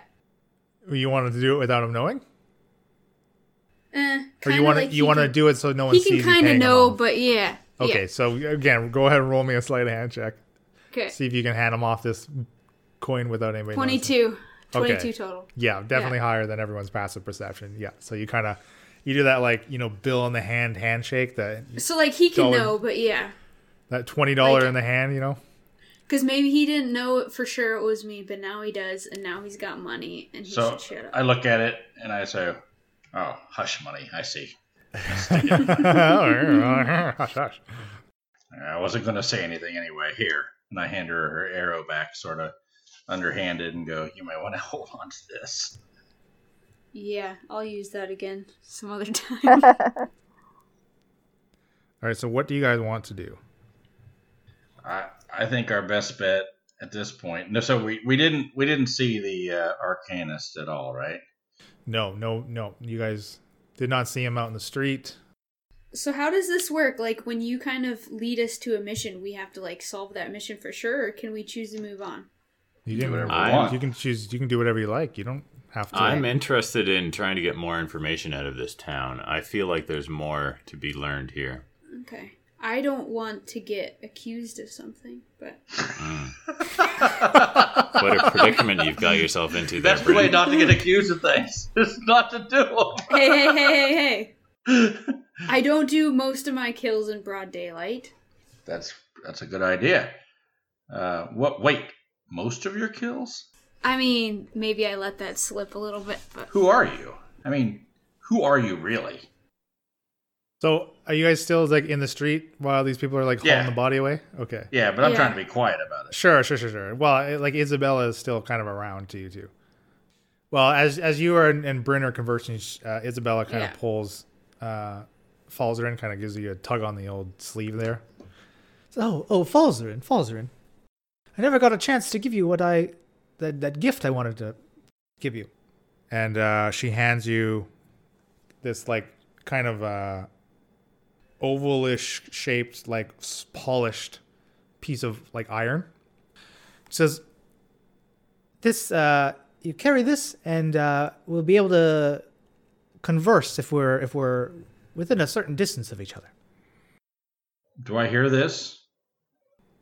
Speaker 6: You wanted to do it without him knowing,
Speaker 3: Eh,
Speaker 6: or
Speaker 3: kinda
Speaker 6: you want to
Speaker 3: like he
Speaker 6: you want to
Speaker 3: can-
Speaker 6: do it so no one
Speaker 3: He
Speaker 6: sees
Speaker 3: can
Speaker 6: you
Speaker 3: kind of
Speaker 6: paying
Speaker 3: know,
Speaker 6: him off.
Speaker 3: but yeah.
Speaker 6: okay, so again, go ahead and roll me a sleight of hand check.
Speaker 3: Yeah. Okay.
Speaker 6: See if you can hand him off this coin without anybody. noticing.
Speaker 3: 22. 22
Speaker 6: Okay.
Speaker 3: total.
Speaker 6: Yeah, definitely higher than everyone's passive perception. Yeah, so you kind of you do that like you know bill in the hand handshake that
Speaker 3: So like he can
Speaker 6: Dollar.
Speaker 3: know, but yeah.
Speaker 6: that twenty dollar
Speaker 3: Like-
Speaker 6: in the hand. You
Speaker 3: <laughs>
Speaker 6: know, <laughs>
Speaker 3: Because maybe he didn't know it for sure it was me, but now he does, and now he's got money, and he
Speaker 2: So
Speaker 3: should shut up.
Speaker 2: I look at it and I say, "Oh, hush money. I see.
Speaker 6: Hush, hush.
Speaker 2: I wasn't going to say anything anyway. Here." And I hand her her arrow back, sort of underhanded, and go, "You might want to <laughs> hold on to this."
Speaker 3: yeah, I'll use that again some other time.
Speaker 6: All right, so what do you guys want to do?
Speaker 2: I I think our best bet at this point. No, so we, we didn't we didn't see the uh, arcanist at all, right?
Speaker 6: No, no, no. You guys did not see him out in the street.
Speaker 3: so how does this work? Like when you kind of lead us to a mission, we have to like solve that mission for sure, or can we choose to move on?
Speaker 6: You can
Speaker 2: whatever
Speaker 7: you I- want.
Speaker 6: You can choose. You can do whatever you like. You don't have to.
Speaker 7: <laughs> I'm interested in trying to get more information out of this town. I feel like there's more to be learned here.
Speaker 3: Okay. I don't want to get accused of something, but <laughs>
Speaker 7: What a predicament you've got yourself into there,
Speaker 2: <laughs> That's the way
Speaker 7: Brent.
Speaker 2: not to get accused of things. <laughs> It's not to do
Speaker 3: hey, hey, hey, hey, hey!
Speaker 2: <laughs> them.
Speaker 3: I don't do most of my kills in broad daylight.
Speaker 2: that's that's a good idea. Uh, what? Wait, most of your kills?
Speaker 3: I mean, maybe I let that slip a little bit, but
Speaker 2: Who are you? I mean, who are you really?
Speaker 6: So are you guys still like in the street while these people are like hauling
Speaker 2: Yeah.
Speaker 6: the body away? Okay.
Speaker 2: Yeah, but I'm
Speaker 3: Yeah.
Speaker 2: trying to be quiet about it.
Speaker 6: Sure, sure, sure, sure. Well, it- like Isabella is still kind of around to you too. Well, as as you are and Bryn are conversing, sh- uh, Isabella kind
Speaker 3: Yeah.
Speaker 6: of pulls, uh, Falzarin kind of gives you a tug on the old sleeve there.
Speaker 9: Oh, oh, Falzarin, Falzarin. I never got a chance to give you what I, that, that gift I wanted to give you.
Speaker 6: and uh, she hands you this like kind of uh, ovalish shaped, like s- polished piece of like iron. says,
Speaker 9: This, uh, you carry this, and uh, we'll be able to converse if we're if we're within a certain distance of each other.
Speaker 2: Do I hear this?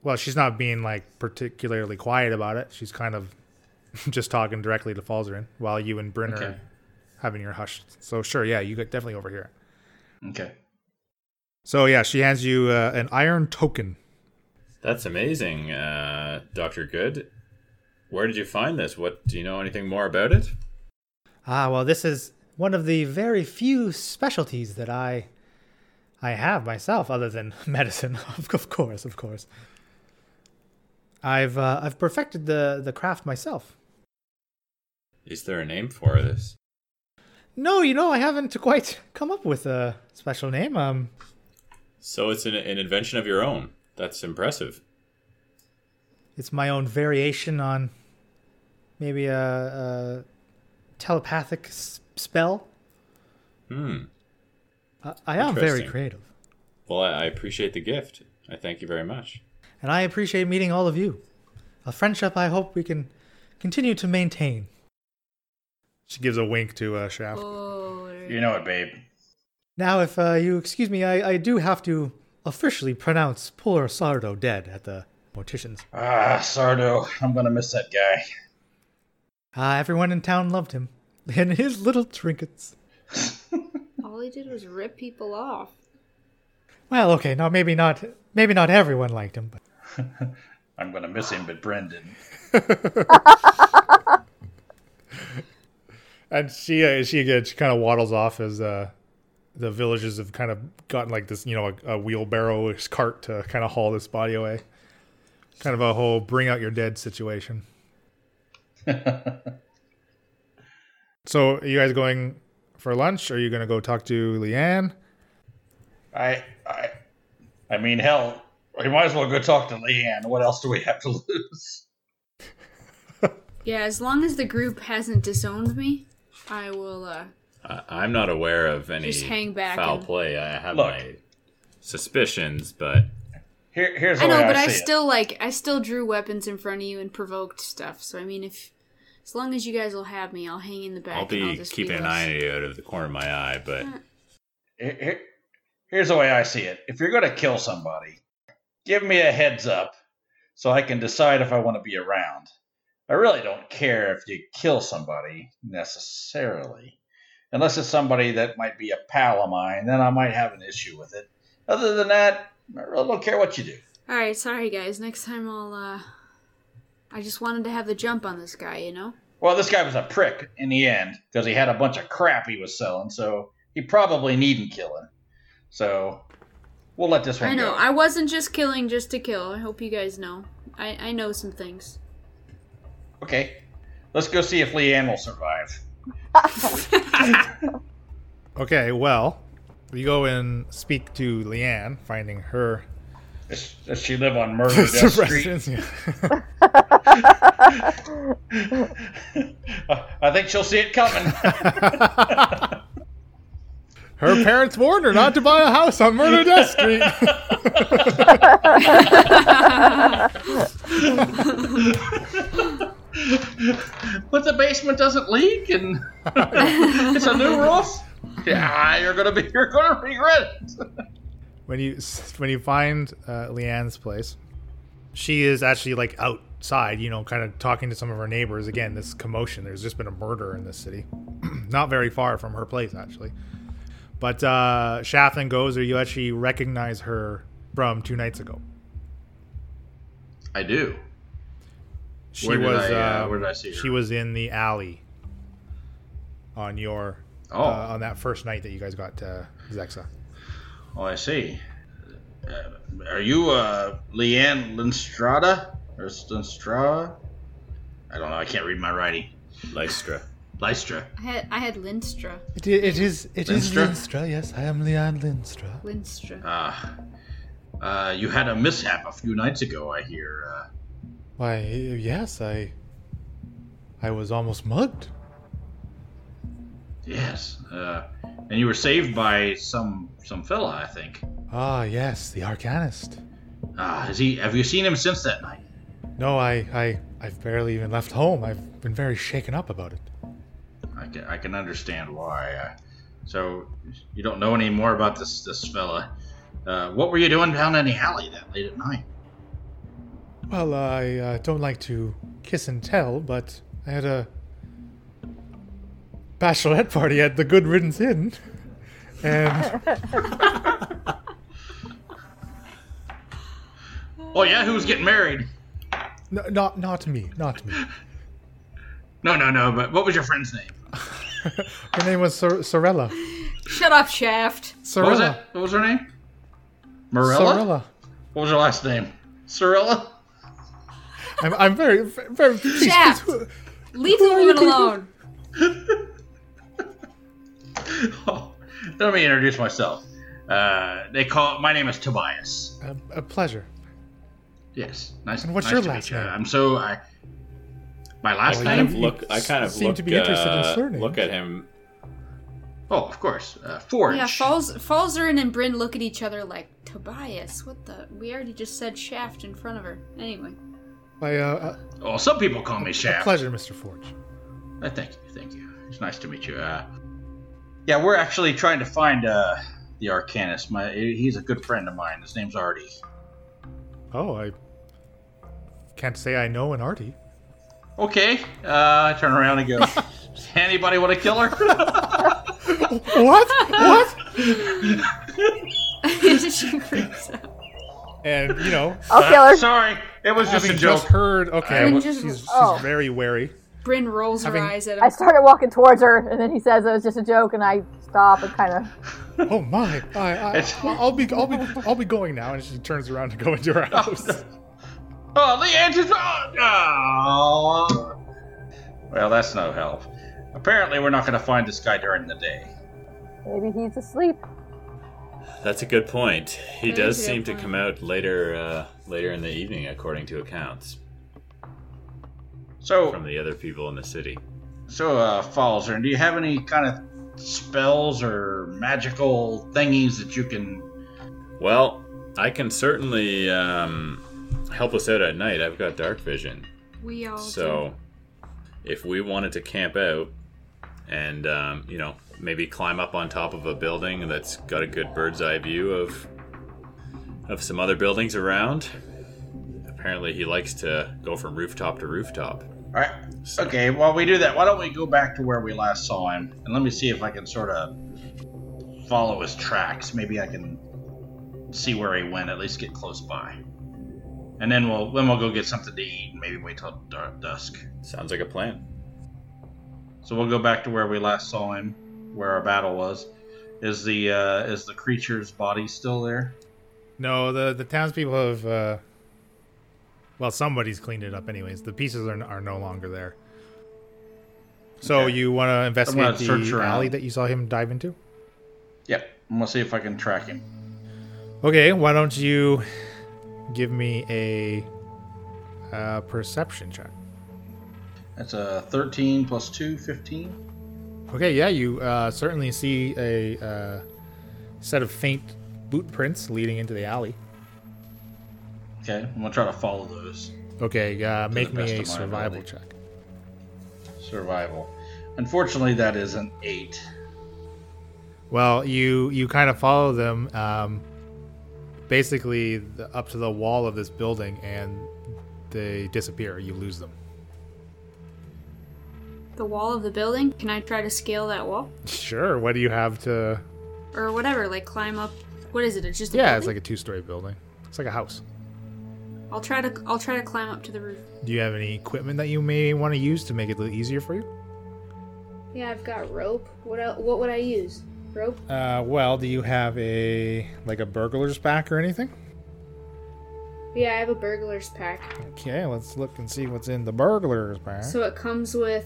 Speaker 6: well, she's not being like particularly quiet about it. She's kind of <laughs> just talking directly to Falzarin while you and Bryn
Speaker 2: Okay.
Speaker 6: are having your hush. So sure, yeah, you could definitely overhear it.
Speaker 2: Okay.
Speaker 6: So yeah, she hands you uh, an iron token.
Speaker 7: That's amazing, uh, Doctor Good. Where did you find this? What do you know anything more about it?
Speaker 9: Ah, well, this is one of the very few specialties that I I have myself, other than <laughs> medicine, of of course, of course. I've uh, I've perfected the the craft myself.
Speaker 7: Is there a name for this?
Speaker 9: No, you know, I haven't quite come up with a special name. Um,
Speaker 7: So it's an, an invention of your own. That's impressive.
Speaker 9: it's my own variation on maybe a, a telepathic s- spell.
Speaker 7: Hmm.
Speaker 9: I, I am very
Speaker 7: Interesting.
Speaker 9: creative,
Speaker 7: Well, I, I appreciate the gift. I thank you very much.
Speaker 9: and I appreciate meeting all of you. A friendship I hope we can continue to maintain.
Speaker 6: She gives a wink to uh, Shaft.
Speaker 2: You know it, babe.
Speaker 9: Now, if uh, you excuse me, I, I do have to officially pronounce poor Sardo dead at the mortician's. Uh,
Speaker 2: Ah, Sardo, I'm gonna miss that guy.
Speaker 9: Ah, everyone in town loved him <laughs> and his little trinkets.
Speaker 3: all he did was rip people off.
Speaker 9: Well, okay, now maybe not, maybe not everyone liked him, but
Speaker 2: I'm gonna miss him, but Brendan.
Speaker 6: And she uh, she again she kind of waddles off as uh, the villagers have kind of gotten like this you know a, a
Speaker 2: <laughs>
Speaker 6: wheelbarrow cart to kind of haul this body away. Kind of a whole bring out your dead situation. So, are you guys going for lunch? Are you going to go talk to Leanne?
Speaker 2: I, I, I mean, hell, we might as well go talk to Leanne. What else do we have to <laughs> lose?
Speaker 3: Yeah, as long as the group hasn't disowned me, I will. uh
Speaker 7: I, I'm not aware of any
Speaker 3: Just hang back
Speaker 7: foul
Speaker 3: and-
Speaker 7: play. I have
Speaker 2: Look.
Speaker 7: my suspicions, but
Speaker 2: Here, here's the
Speaker 3: I know,
Speaker 2: way
Speaker 3: but
Speaker 2: I,
Speaker 3: I
Speaker 2: see it.
Speaker 3: still like I still drew weapons in front of you and provoked stuff. So I mean, if as long as you guys will have me, I'll hang in the back.
Speaker 7: I'll
Speaker 3: and
Speaker 7: be
Speaker 3: just Uh.
Speaker 7: keeping an
Speaker 3: less-
Speaker 7: eye out of the corner of my eye. But
Speaker 2: Here- here- here's the way I see it. If you're going to kill somebody, give me a heads up so I can decide if I want to be around. I really don't care if you kill somebody necessarily, unless it's somebody that might be a pal of mine. Then I might have an issue with it. Other than that, I really don't care what you do.
Speaker 3: All right, sorry guys. Next time I'll. uh I just wanted to have the jump on this guy, you know.
Speaker 2: Well, this guy was a prick in the end because he had a bunch of crap he was selling, so he probably needn't killing. So we'll let this one
Speaker 3: I know.
Speaker 2: go.
Speaker 3: I wasn't just killing just to kill. I hope you guys know. I I know some things.
Speaker 2: Okay, let's go see if Leanne will survive.
Speaker 6: Okay, well, you go and speak to Leanne, finding her
Speaker 2: Does, does she live on
Speaker 6: <laughs>
Speaker 2: Murder Death Street?
Speaker 6: residence. Yeah.
Speaker 2: Uh, I think she'll see it coming.
Speaker 6: Her parents warned her not to buy a house on Murder Death Street.
Speaker 2: <laughs> but the basement doesn't leak, and it's a new roof. Yeah, you're gonna be, you're gonna regret it.
Speaker 6: when you <laughs> when you find uh, Leanne's place, she is actually like outside, you know, kind of talking to some of her neighbors. Again, this commotion. There's just been a murder in this city, <clears throat> not very far from her place actually. But uh, Shafton goes, or you actually recognize her from two nights ago.
Speaker 2: I do.
Speaker 6: She
Speaker 2: Where did
Speaker 6: was.
Speaker 2: I, uh,
Speaker 6: um,
Speaker 2: where did I see her?
Speaker 6: She was in the alley on your
Speaker 2: Oh,
Speaker 6: uh, on that first night that you guys got uh, Zexa.
Speaker 2: oh, I see. Uh, are you uh, Leanne Linstrada or Linstrada? I don't know. I can't read my writing.
Speaker 7: Lystra,
Speaker 2: Lystra.
Speaker 3: I had I had Lindstra.
Speaker 9: It, it is it
Speaker 2: is Lindstra?
Speaker 9: Yes, I am Leon Lindstra.
Speaker 3: Lindstra.
Speaker 2: Ah. Uh, you had a mishap a few nights ago, I hear. Uh,
Speaker 9: Why? Yes, I. I was almost mugged.
Speaker 2: yes. Uh, and you were saved by some some fella, I think.
Speaker 9: Ah, yes, the Arcanist.
Speaker 2: Ah, is he? Have you seen him since that night?
Speaker 9: No, I, I, I've barely even left home. I've been very shaken up about it.
Speaker 2: I can, I can understand why. Uh, so you don't know any more about this this fella. Uh, what were you doing down in the alley that late at night?
Speaker 9: Well, I uh, don't like to kiss and tell, but I had a bachelorette party at the Good Riddance Inn, and
Speaker 2: Oh yeah, who was getting married?
Speaker 9: no, not not me, not me.
Speaker 2: No, no, no. But what was your friend's name?
Speaker 9: Her name was Sor- Sorella.
Speaker 3: Shut up, Shaft.
Speaker 2: What was
Speaker 9: Sorella.
Speaker 2: that? What was her name? Marilla.
Speaker 9: Sorella.
Speaker 2: What was her last name? Sorella.
Speaker 9: I'm, I'm very, very. Please, please,
Speaker 3: Shaft.
Speaker 9: who-
Speaker 3: Leave the woman alone.
Speaker 2: <laughs> Oh, let me introduce myself. Uh, they call my name is Tobias.
Speaker 9: a, Um, a pleasure.
Speaker 2: Yes, nice.
Speaker 9: And what's
Speaker 2: nice
Speaker 9: your
Speaker 2: to meet
Speaker 9: last
Speaker 2: you.
Speaker 9: name?
Speaker 2: I'm so I. My last
Speaker 9: Oh,
Speaker 7: kind
Speaker 2: name?
Speaker 7: of look. I kind of
Speaker 9: seem
Speaker 7: look,
Speaker 9: to be interested in
Speaker 7: uh,
Speaker 9: surnames.
Speaker 7: Look at him.
Speaker 2: Oh, of course, uh, Forge.
Speaker 3: Yeah, Falls, Falzerin and Bryn look at each other like Tobias. What the? We already just said Shaft in front of her. Anyway, <laughs>
Speaker 9: My, uh,
Speaker 2: Oh, some people call me
Speaker 9: a, a
Speaker 2: Shaft.
Speaker 9: pleasure, Mr. Forge.
Speaker 2: Uh, thank you, thank you. It's nice to meet you. Uh, yeah, we're actually trying to find uh, the Arcanist. My, he's a good friend of mine. His name's Artie.
Speaker 6: Oh, I can't say I know an Artie.
Speaker 2: Okay, uh, I turn around
Speaker 9: <laughs>
Speaker 2: and go. Anybody want to kill her? <laughs>
Speaker 6: What? what?
Speaker 3: she freaks out.
Speaker 6: And you
Speaker 2: <laughs>
Speaker 6: know,
Speaker 4: I'll kill her.
Speaker 2: Sorry, it was just a
Speaker 6: having
Speaker 2: joke.
Speaker 6: just heard, okay,
Speaker 3: Having
Speaker 6: well,
Speaker 3: just-
Speaker 6: she's, she's
Speaker 4: oh.
Speaker 6: very wary.
Speaker 3: Bryn rolls her
Speaker 6: Having-
Speaker 3: eyes at
Speaker 4: I
Speaker 3: him.
Speaker 4: started walking towards her, and then he says it was just a joke, and I stop and kind of.
Speaker 6: Oh my! I, I,
Speaker 2: It's-
Speaker 6: I'll be, I'll be, I'll be going now. And she turns around to go into her house.
Speaker 2: Oh, Leanne's is oh, oh. Well, that's no help. Apparently, we're not going to find this guy during the day.
Speaker 4: Maybe he's asleep.
Speaker 7: That's a good point. He
Speaker 3: That
Speaker 7: does
Speaker 3: is a good
Speaker 7: seem to
Speaker 3: point.
Speaker 7: come out later, uh, later in the evening, according to accounts
Speaker 2: So,
Speaker 7: from the other people in the city.
Speaker 2: So, uh, Falzer, do you have any kind of spells or magical thingies that you can?
Speaker 7: Well, I can certainly um, help us out at night. I've got dark vision,
Speaker 3: We all do.
Speaker 7: so if we wanted to camp out and um, you know maybe climb up on top of a building that's got a good bird's eye view of of some other buildings around. Apparently, he likes to go from rooftop to rooftop.
Speaker 2: All right. Okay. While we do that, why don't we go back to where we last saw him, and let me see if I can sort of follow his tracks. Maybe I can see where he went. At least get close by, and then we'll then we'll go get something to eat. and Maybe wait till dark, dusk.
Speaker 7: Sounds like a plan.
Speaker 2: So we'll go back to where we last saw him, where our battle was. Is the uh, is the creature's body still there?
Speaker 6: No, the the townspeople have. Uh, well, somebody's cleaned it up, anyways. The pieces are, are no longer there. So
Speaker 2: Okay.
Speaker 6: you want to investigate
Speaker 2: search
Speaker 6: the
Speaker 2: around.
Speaker 6: alley that you saw him dive into?
Speaker 2: Yep. I'm gonna see if I can track him.
Speaker 6: Okay, why don't you give me a uh, perception check?
Speaker 2: That's a 13 plus 2, 15.
Speaker 6: Okay, yeah, you uh, certainly see a uh, set of faint boot prints leading into the alley.
Speaker 2: Okay, I'm gonna try to follow those.
Speaker 6: Okay, uh, make me
Speaker 2: best
Speaker 6: a
Speaker 2: of my
Speaker 6: survival
Speaker 2: ability.
Speaker 6: check.
Speaker 2: Survival. Unfortunately, that is an 8.
Speaker 6: Well, you you kind of follow them, um, basically the, up to the wall of this building, and they disappear. You lose them.
Speaker 3: The wall of the building? Can I try to scale that wall?
Speaker 6: Sure. What do you have to?
Speaker 3: Or whatever, like climb up. What is it? It's just a
Speaker 6: Yeah, it's like
Speaker 3: building?
Speaker 6: a two-story building. It's like a house.
Speaker 3: I'll try to I'll try to climb up to the roof.
Speaker 6: Do you have any equipment that you may want to use to make it a little easier for you?
Speaker 8: Yeah, I've got rope. What el what would I use? Rope?
Speaker 6: Uh, well, do you have a like a burglar's pack or anything?
Speaker 8: Yeah, I have a burglar's pack.
Speaker 6: Okay, let's look and see what's in the burglar's pack.
Speaker 8: So it comes with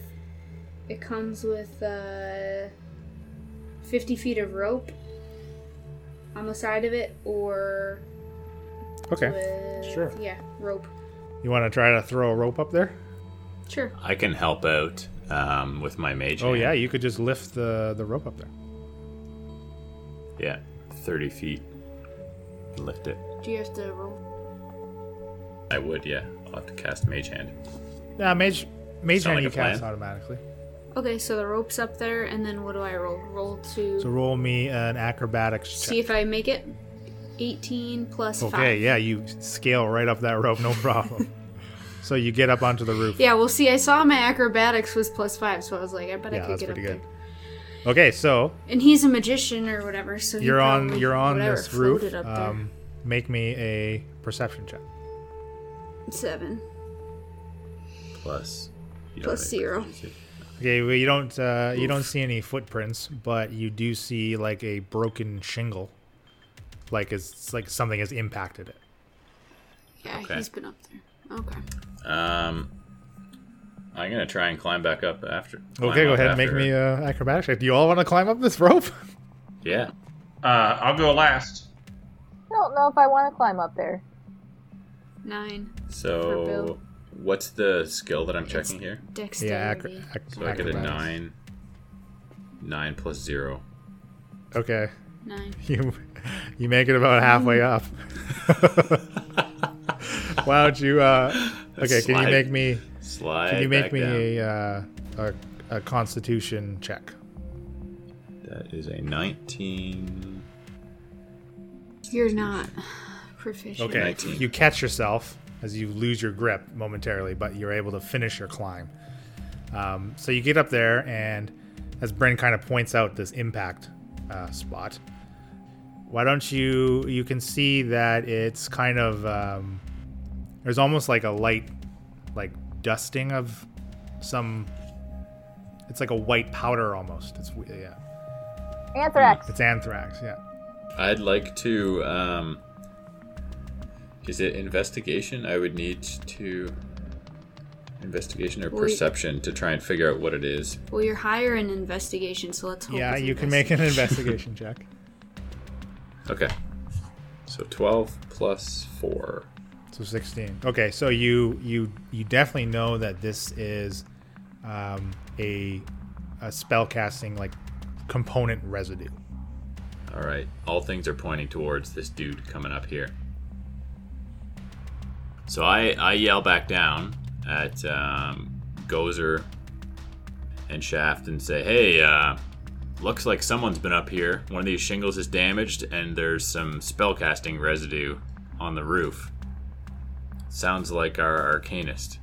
Speaker 8: it comes with uh 50 feet of rope on the side of it or
Speaker 6: okay,
Speaker 8: with
Speaker 6: Sure.
Speaker 8: yeah, rope.
Speaker 6: you want to try to throw a rope up there?
Speaker 3: Sure.
Speaker 7: I can help out um, with my mage.
Speaker 6: Oh
Speaker 7: hand.
Speaker 6: yeah, you could just lift the the rope up there.
Speaker 7: Yeah, 30 feet. Lift it.
Speaker 3: Do you have to roll?
Speaker 7: I would, yeah. I'll have to cast Mage Hand.
Speaker 6: Yeah, mage mage
Speaker 7: Sound
Speaker 6: hand
Speaker 7: like
Speaker 6: you
Speaker 7: a plan.
Speaker 6: cast automatically.
Speaker 3: Okay, so the rope's up there, and then what do I roll? Roll to
Speaker 6: So roll me an acrobatics check.
Speaker 3: see if I make it. 18 plus
Speaker 6: okay,
Speaker 3: 5.
Speaker 6: yeah, you scale right up that
Speaker 3: <laughs>
Speaker 6: rope, no problem. so you get up onto the roof.
Speaker 3: Yeah, well, see, I saw my acrobatics was plus 5, so I was like, I bet I
Speaker 6: Yeah,
Speaker 3: could
Speaker 6: that's
Speaker 3: get up
Speaker 6: pretty
Speaker 3: there.
Speaker 6: good. Okay, so
Speaker 3: And he's a magician or whatever, so he
Speaker 6: you're on
Speaker 3: probably-
Speaker 6: you're on
Speaker 3: whatever,
Speaker 6: this roof.
Speaker 3: floated Up there.
Speaker 6: Um, make me a perception check.
Speaker 3: 7.
Speaker 7: Plus. you
Speaker 3: Plus
Speaker 7: don't
Speaker 3: zero.
Speaker 7: make it.
Speaker 6: Okay, well you don't uh, you don't see any footprints, but you do see like a broken shingle, like it's like something has impacted it.
Speaker 3: Yeah,
Speaker 7: Okay.
Speaker 3: he's been up there. Okay.
Speaker 7: Um, I'm going to try and climb back up after. climb
Speaker 6: Okay, go
Speaker 7: up
Speaker 6: ahead and make
Speaker 7: after
Speaker 6: me uh,
Speaker 7: her.
Speaker 6: a acrobatics check. Do you all want to climb up this <laughs> rope?
Speaker 7: Yeah.
Speaker 2: Uh, I'll go last.
Speaker 4: I don't know if I want to climb up there.
Speaker 3: 9.
Speaker 7: So,
Speaker 3: Bill.
Speaker 7: what's the skill that I'm checking here?
Speaker 3: Dexterity.
Speaker 6: yeah, acro- ac-
Speaker 7: So I get a
Speaker 6: acrobatics.
Speaker 7: 9. 9 plus 0.
Speaker 6: Okay, <laughs>
Speaker 3: 9.
Speaker 6: you you make it about halfway up. <laughs> Why don't you? Uh, okay, can you
Speaker 7: Slide.
Speaker 6: make me?
Speaker 7: Slide.
Speaker 6: Can you
Speaker 7: back
Speaker 6: make me
Speaker 7: down.
Speaker 6: a, uh, a a Constitution check?
Speaker 7: That is a 19.
Speaker 3: You're not <sighs> proficient.
Speaker 6: Okay,
Speaker 7: 19.
Speaker 6: you catch yourself as you lose your grip momentarily, but you're able to finish your climb. Um, so you get up there, and as Bryn kind of points out this impact uh, spot, why don't you? You can see that it's kind of um, there's almost like a light, like dusting of some. It's like a white powder almost. It's we- yeah.
Speaker 4: Anthrax.
Speaker 6: It's anthrax. Yeah.
Speaker 7: I'd like to. Um, is it investigation? I would need to. Investigation or
Speaker 3: Well, you-
Speaker 7: perception to try and figure out what it is.
Speaker 3: Well, you're higher in investigation, so let's hope.
Speaker 6: Yeah,
Speaker 3: it's
Speaker 6: you can make an
Speaker 3: <laughs> investigation.
Speaker 6: investigation check.
Speaker 7: Okay. So 12 plus 4.
Speaker 6: So 16. Okay, so you you you definitely know that this is um, a a spell casting like component residue.
Speaker 7: All right. All things are pointing towards this dude coming up here. So I, I yell back down at um, Gozer and Shaft and say, hey, uh, looks like someone's been up here. One of these shingles is damaged, and there's some spellcasting residue on the roof. Sounds like our arcanist.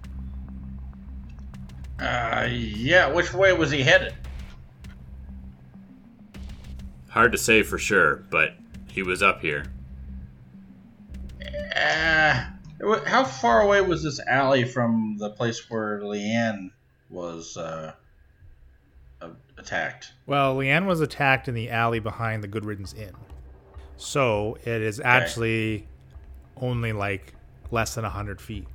Speaker 2: Uh, yeah, which way was he headed?
Speaker 7: Hard to say for sure, but he was up here.
Speaker 2: Uh, wh- how far away was this alley from the place where Leanne was uh, uh, attacked?
Speaker 6: Well, Leanne was attacked in the alley behind the Good Riddance Inn. So it is actually only like less than 100 feet.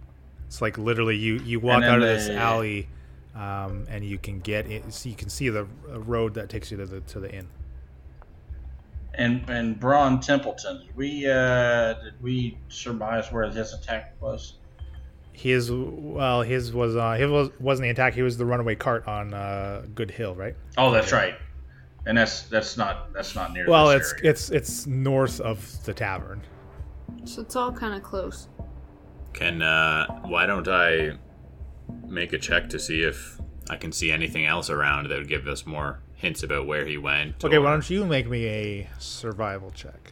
Speaker 6: It's like literally you, you walk
Speaker 2: And then
Speaker 6: out of this
Speaker 2: the-
Speaker 6: alley um, and you can get it. So you can see the uh, road that takes you to the, to the inn.
Speaker 2: And and Braun Templeton, did we uh, did we surmise where his attack was?
Speaker 6: His well, his was uh, his was, wasn't the attack. He was the runaway cart on uh, Good Hill, right?
Speaker 2: Oh, that's right. And that's that's not that's not near.
Speaker 6: Well,
Speaker 2: this
Speaker 6: it's
Speaker 2: area.
Speaker 6: it's it's north of the tavern.
Speaker 3: So it's all kind of close.
Speaker 7: Can uh why don't I make a check to see if I can see anything else around that would give us more hints about where he went?
Speaker 6: Okay,
Speaker 7: or-
Speaker 6: why don't you make me a survival check?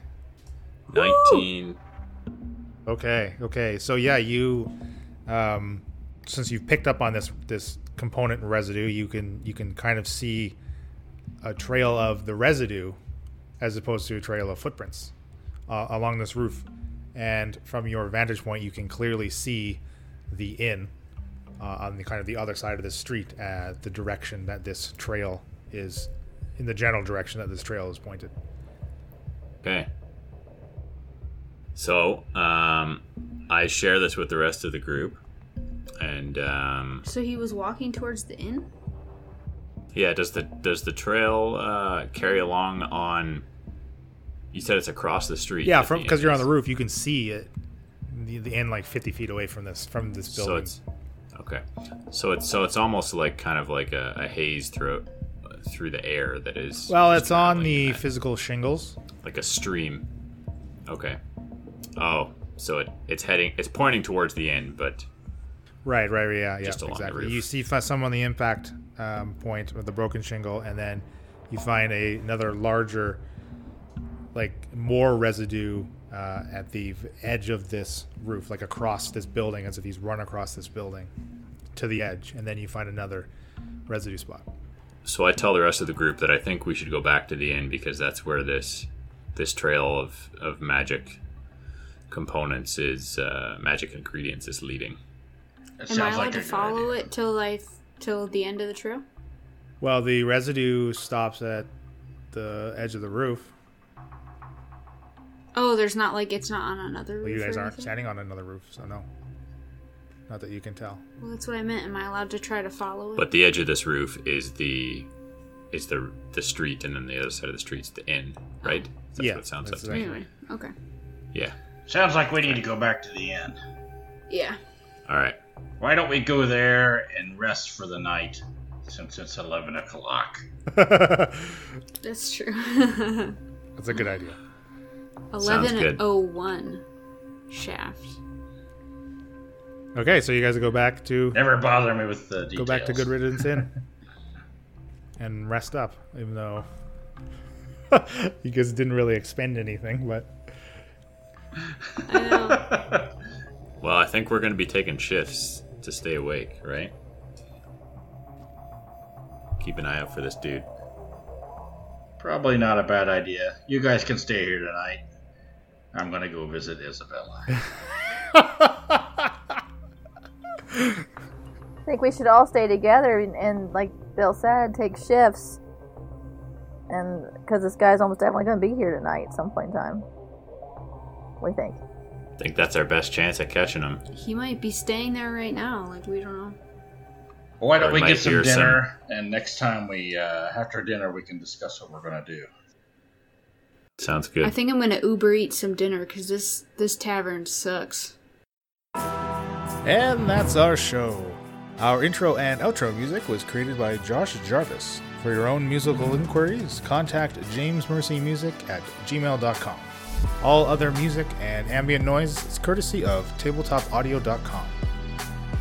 Speaker 7: 19
Speaker 6: Okay, okay. So yeah, you um, since you've picked up on this this component residue, you can you can kind of see a trail of the residue as opposed to a trail of footprints uh, along this roof. And from your vantage point, you can clearly see the inn uh, on the kind of the other side of the street, uh, the direction that this trail is, in the general direction that this trail is pointed.
Speaker 7: Okay. So, um I share this with the rest of the group. And um
Speaker 3: So he was walking towards the inn.
Speaker 7: yeah, does the does the trail uh carry along on You said it's across the street.
Speaker 6: Yeah,
Speaker 7: at
Speaker 6: from
Speaker 7: the
Speaker 6: because you're on the
Speaker 7: entrance.
Speaker 6: roof, you can see it, the, the end like 50 feet away from this from this building.
Speaker 7: So it's okay. So it's so it's almost like kind of like a, a haze through through the air that is.
Speaker 6: well,
Speaker 7: is
Speaker 6: it's on
Speaker 7: traveling
Speaker 6: the
Speaker 7: in that-
Speaker 6: physical shingles.
Speaker 7: like a stream. Okay. Oh, so it, it's heading it's pointing towards the end, but
Speaker 6: Right, right, right, yeah, yeah,
Speaker 7: Just along the
Speaker 6: exactly.
Speaker 7: roof.
Speaker 6: You see fi- some on the impact um, point with the broken shingle, and then you find a, another larger, like more residue uh, at the v- edge of this roof, like across this building, as if he's run across this building to the edge, and then you find another residue spot.
Speaker 7: so I tell the rest of the group that I think we should go back to the end because that's where this this trail of of magic components is uh, magic ingredients is leading.
Speaker 2: That
Speaker 3: Am I allowed to
Speaker 2: a good
Speaker 3: follow
Speaker 2: idea.
Speaker 3: it till life till the end of the trail?
Speaker 6: Well, the residue stops at the edge of the roof.
Speaker 3: Oh, there's not like it's not on another.
Speaker 6: Well, you
Speaker 3: roof
Speaker 6: guys
Speaker 3: or
Speaker 6: aren't
Speaker 3: anything?
Speaker 6: standing on another roof, so no. Not that you can tell.
Speaker 3: Well, that's what I meant. Am I allowed to try to follow it?
Speaker 7: But the edge of this roof is the is the the street, and then the other side of the street's the inn, right? That's
Speaker 6: Yeah,
Speaker 7: what it sounds like.
Speaker 6: that's
Speaker 7: to me.
Speaker 6: exactly.
Speaker 3: anyway, okay.
Speaker 7: Yeah.
Speaker 2: Sounds like we need to go back to the inn.
Speaker 3: Yeah.
Speaker 7: All right.
Speaker 2: Why don't we go there and rest for the night, since it's eleven o'clock?
Speaker 3: That's true. <laughs>
Speaker 6: That's a good idea.
Speaker 3: Eleven
Speaker 7: good.
Speaker 3: oh one shaft.
Speaker 6: Okay, so you guys go back to
Speaker 2: Never bother me with the details.
Speaker 6: go back to Good Riddance Inn and rest up, even though <laughs> you guys didn't really expend anything. But <laughs>
Speaker 3: I know.
Speaker 7: Well, I think we're going to be taking shifts to stay awake, right? Keep an eye out for this dude.
Speaker 2: <laughs> Probably not a bad idea. You guys can stay here tonight. I'm gonna go visit
Speaker 7: <laughs>
Speaker 2: Isabella.
Speaker 4: I think we should all stay together and, and like Bill said, take shifts. And because this guy's almost definitely going to be here tonight at some point in time. We think.
Speaker 7: I think that's our best chance at catching him.
Speaker 3: he might be staying there right now. Like we don't know.
Speaker 2: Why don't
Speaker 7: Or
Speaker 2: we
Speaker 7: might
Speaker 2: get some
Speaker 7: hear some-
Speaker 2: dinner, and next time we uh, after dinner we can discuss what we're gonna do.
Speaker 7: Sounds
Speaker 3: I
Speaker 7: good.
Speaker 3: think I'm gonna Uber eat some dinner because this this tavern sucks.
Speaker 6: And that's our show. Our intro and outro music was created by Josh Jarvis. For your own musical inquiries, contact jamesmercymusic at gmail.com. All other music and ambient noise is courtesy of tabletopaudio.com.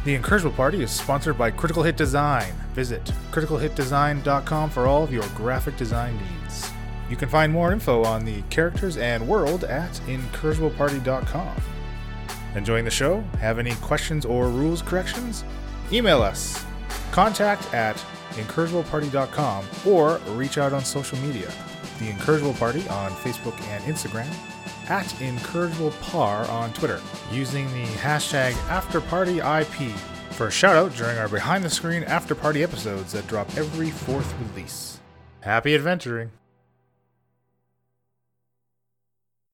Speaker 6: The Encouragement Party is sponsored by Critical Hit Design. Visit criticalhitdesign.com for all of your graphic design needs. You can find more info on the characters and world at encourageableparty.com. Enjoying the show? Have any questions or rules corrections? Email us contact at encourageableparty.com or reach out on social media. The Encourageable Party on Facebook and Instagram, at EncouragablePar on Twitter, using the hashtag AfterPartyIP for a shout out during our behind the screen after party episodes that drop every fourth release. Happy adventuring!